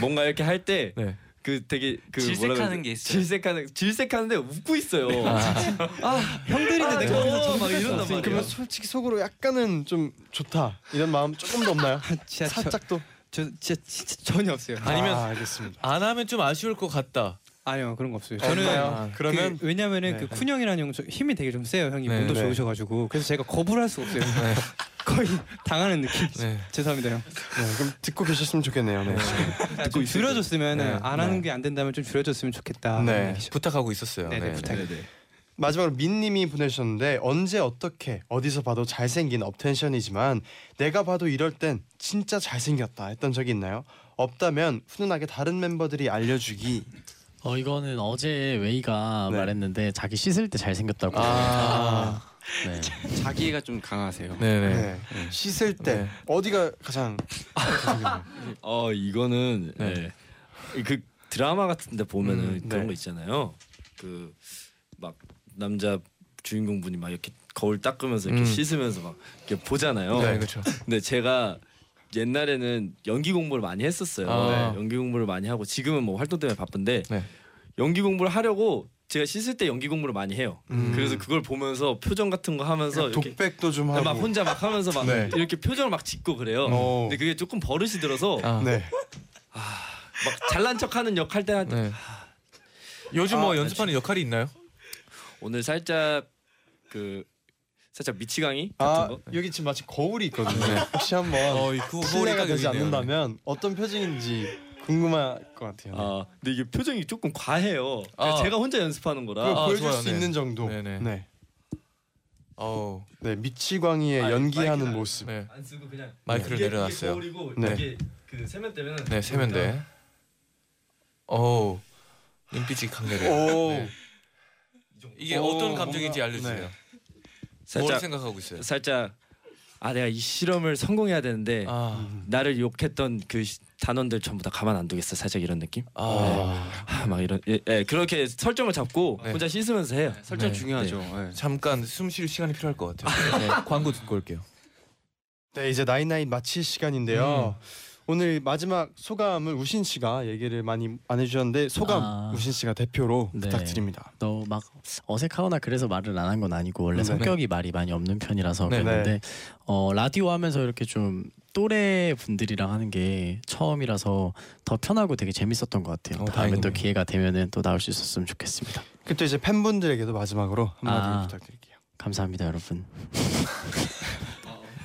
[SPEAKER 6] 뭔가 이렇게 할 때 그
[SPEAKER 2] 네.
[SPEAKER 6] 되게 그
[SPEAKER 8] 질색하는
[SPEAKER 6] 뭐라 그러지?
[SPEAKER 8] 게 있어요.
[SPEAKER 6] 질색하는 질색하는데 웃고 있어요.
[SPEAKER 5] 형들인데 내가
[SPEAKER 6] 어, 막 이런단 말이에요.
[SPEAKER 4] 그러면 솔직히 속으로 약간은 좀 좋다 이런 마음 조금 더 없나요?
[SPEAKER 5] 진짜 저,
[SPEAKER 4] 살짝 또.
[SPEAKER 5] 저 진짜, 진짜 전혀 없어요.
[SPEAKER 2] 아니면-
[SPEAKER 4] 아, 알겠습니다.
[SPEAKER 2] 안 하면 좀 아쉬울 것 같다.
[SPEAKER 5] 아니요 그런 거 없어요.
[SPEAKER 4] 저는
[SPEAKER 5] 저는
[SPEAKER 2] 아,
[SPEAKER 4] 그러면
[SPEAKER 5] 그, 왜냐면은
[SPEAKER 4] 네.
[SPEAKER 5] 그쿤 형이라는 형 저- 힘이 되게 좀 세요 형이
[SPEAKER 2] 네.
[SPEAKER 5] 몸도
[SPEAKER 4] 네.
[SPEAKER 5] 좋으셔가지고 그래서 제가 거부를 할 수가 없어요.
[SPEAKER 2] 네.
[SPEAKER 5] 거의 당하는 느낌.
[SPEAKER 2] 네.
[SPEAKER 5] 죄송합니다 형.
[SPEAKER 4] 네, 그럼 듣고 계셨으면 좋겠네요. 네.
[SPEAKER 5] 좀 줄여줬으면
[SPEAKER 2] 네.
[SPEAKER 5] 안 하는 게 안 된다면 좀 줄여줬으면 좋겠다.
[SPEAKER 4] 네.
[SPEAKER 5] 얘기죠.
[SPEAKER 2] 부탁하고 있었어요.
[SPEAKER 5] 네네, 부탁.
[SPEAKER 6] 네네.
[SPEAKER 4] 마지막으로 민님이 보내셨는데 언제 어떻게 어디서 봐도 잘생긴 업텐션이지만 내가 봐도 이럴 땐 진짜 잘생겼다 했던 적이 있나요? 없다면 훈훈하게 다른 멤버들이 알려주기.
[SPEAKER 3] 어 이거는 어제 웨이가
[SPEAKER 4] 네.
[SPEAKER 3] 말했는데 자기 씻을 때 잘생겼다고.
[SPEAKER 2] 아.
[SPEAKER 3] 네.
[SPEAKER 7] 자기애가 좀 강하세요.
[SPEAKER 2] 네네.
[SPEAKER 4] 네. 씻을 때
[SPEAKER 2] 네.
[SPEAKER 4] 어디가 가장 잘생겼나요?
[SPEAKER 6] 어 이거는
[SPEAKER 2] 네.
[SPEAKER 6] 예. 그 드라마 같은데 보면은
[SPEAKER 4] 음,
[SPEAKER 6] 그런
[SPEAKER 4] 네.
[SPEAKER 6] 거 있잖아요. 그 막 남자 주인공 분이 막 이렇게 거울 닦으면서 이렇게
[SPEAKER 2] 음.
[SPEAKER 6] 씻으면서 막 이렇게 보잖아요.
[SPEAKER 2] 네, 그렇죠.
[SPEAKER 6] 근데 제가 옛날에는 연기 공부를 많이 했었어요.
[SPEAKER 2] 아.
[SPEAKER 6] 네, 연기 공부를 많이 하고 지금은 뭐 활동 때문에 바쁜데
[SPEAKER 2] 네.
[SPEAKER 6] 연기 공부를 하려고 제가 씻을 때 연기 공부를 많이 해요.
[SPEAKER 4] 음.
[SPEAKER 6] 그래서 그걸 보면서 표정 같은 거 하면서
[SPEAKER 2] 그러니까
[SPEAKER 6] 이렇게 네,
[SPEAKER 4] 독백도 좀 하고.
[SPEAKER 6] 막 혼자 막 하면서 막
[SPEAKER 4] 네.
[SPEAKER 6] 이렇게 표정을 막 짓고 그래요.
[SPEAKER 2] 어.
[SPEAKER 4] 오.
[SPEAKER 6] 근데 그게 조금 버릇이 들어서
[SPEAKER 2] 아,
[SPEAKER 4] 네.
[SPEAKER 6] 막 잘난 척하는 역 할 때 한-
[SPEAKER 2] 네. 요즘 뭐 연습하는 역할이 있나요?
[SPEAKER 6] 오늘 살짝 그 살짝 미치광이 같은
[SPEAKER 4] 아
[SPEAKER 6] 거
[SPEAKER 4] 여기 지금 마치 거울이 있거든요.
[SPEAKER 2] 네.
[SPEAKER 4] 혹시 한번
[SPEAKER 2] 어, 이 구-
[SPEAKER 4] 실례가
[SPEAKER 2] 거울이
[SPEAKER 4] 되지
[SPEAKER 2] 있네요.
[SPEAKER 4] 않는다면 어떤 표정인지 궁금할 것 같아요.
[SPEAKER 6] 아 근데 이게 표정이 조금 과해요.
[SPEAKER 2] 아.
[SPEAKER 6] 제가 혼자 연습하는
[SPEAKER 4] 그걸
[SPEAKER 6] 거라.
[SPEAKER 2] 아,
[SPEAKER 4] 보여줄
[SPEAKER 2] 좋아요.
[SPEAKER 4] 수
[SPEAKER 2] 네.
[SPEAKER 4] 있는 정도.
[SPEAKER 2] 네네.
[SPEAKER 4] 네.
[SPEAKER 2] 어우,
[SPEAKER 4] 네 미치광이의
[SPEAKER 6] 아니,
[SPEAKER 4] 연기하는
[SPEAKER 6] 마이크는-
[SPEAKER 4] 모습.
[SPEAKER 2] 네.
[SPEAKER 6] 안 쓰고 그냥
[SPEAKER 2] 마이크를
[SPEAKER 6] 이게-
[SPEAKER 2] 내려놨어요.
[SPEAKER 6] 이게 거울이고
[SPEAKER 4] 네.
[SPEAKER 6] 이게 그 세면대면 그러니까
[SPEAKER 2] 네, 세면대. 어우, 눈빛이 강렬해.
[SPEAKER 4] 오.
[SPEAKER 2] 네.
[SPEAKER 6] 이
[SPEAKER 2] 이게
[SPEAKER 7] 오,
[SPEAKER 2] 어떤 감정인지 알려주세요. 뭘
[SPEAKER 6] 살짝
[SPEAKER 2] 생각하고 있어요?
[SPEAKER 6] 살짝 아 내가 이 실험을 성공해야 되는데
[SPEAKER 2] 아,
[SPEAKER 6] 나를 욕했던 그 시- 단원들 전부 다 가만 안 두겠어. 살짝 이런 느낌.
[SPEAKER 2] 아
[SPEAKER 6] 아, 막 이런 예, 예, 그렇게 설정을 잡고
[SPEAKER 2] 네.
[SPEAKER 6] 혼자 씻으면서 해요.
[SPEAKER 7] 설정
[SPEAKER 6] 네,
[SPEAKER 7] 중요하죠.
[SPEAKER 6] 네.
[SPEAKER 7] 예.
[SPEAKER 2] 잠깐 숨 쉴 시간이 필요할 것 같아요. 네, 광고 듣고 올게요.
[SPEAKER 4] 네 이제 나인나인 마칠 시간인데요. 오늘 마지막 소감을 우신 씨가 얘기를 많이 안 해주셨는데 소감
[SPEAKER 3] 아.
[SPEAKER 4] 우신 씨가 대표로
[SPEAKER 3] 네.
[SPEAKER 4] 부탁드립니다.
[SPEAKER 3] 너 막 어색하거나 그래서 말을 안 한 건 아니고 원래
[SPEAKER 4] 네.
[SPEAKER 3] 성격이 말이 많이 없는 편이라서
[SPEAKER 2] 음, 네.
[SPEAKER 3] 그랬는데 어, 라디오 하면서 이렇게 좀 또래 분들이랑 하는 게 처음이라서 더 편하고 되게 재밌었던 것 같아요.
[SPEAKER 2] 어,
[SPEAKER 3] 다음에 또
[SPEAKER 2] 다행이네요.
[SPEAKER 3] 기회가 되면은 또 나올 수 있었으면 좋겠습니다.
[SPEAKER 4] 그또 이제 팬분들에게도 마지막으로 한마디
[SPEAKER 3] 아.
[SPEAKER 4] 부탁드릴게요.
[SPEAKER 3] 감사합니다, 여러분.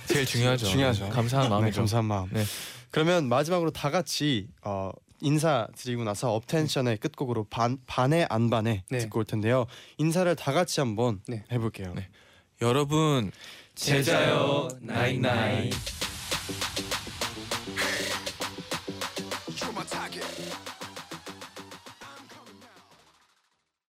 [SPEAKER 2] 제일 중요하죠.
[SPEAKER 4] 중요하죠.
[SPEAKER 2] 감사한
[SPEAKER 4] 네,
[SPEAKER 2] 마음이죠.
[SPEAKER 4] 감사한 마음.
[SPEAKER 2] 네.
[SPEAKER 4] 그러면 마지막으로 다 같이 어, 인사드리고 나서 업텐션의 끝곡으로 반 반의 안 반에
[SPEAKER 5] 네.
[SPEAKER 4] 듣고 올 텐데요. 인사를 다 같이 한번
[SPEAKER 5] 네.
[SPEAKER 4] 해볼게요.
[SPEAKER 2] 네. 여러분 제자요 나잇나잇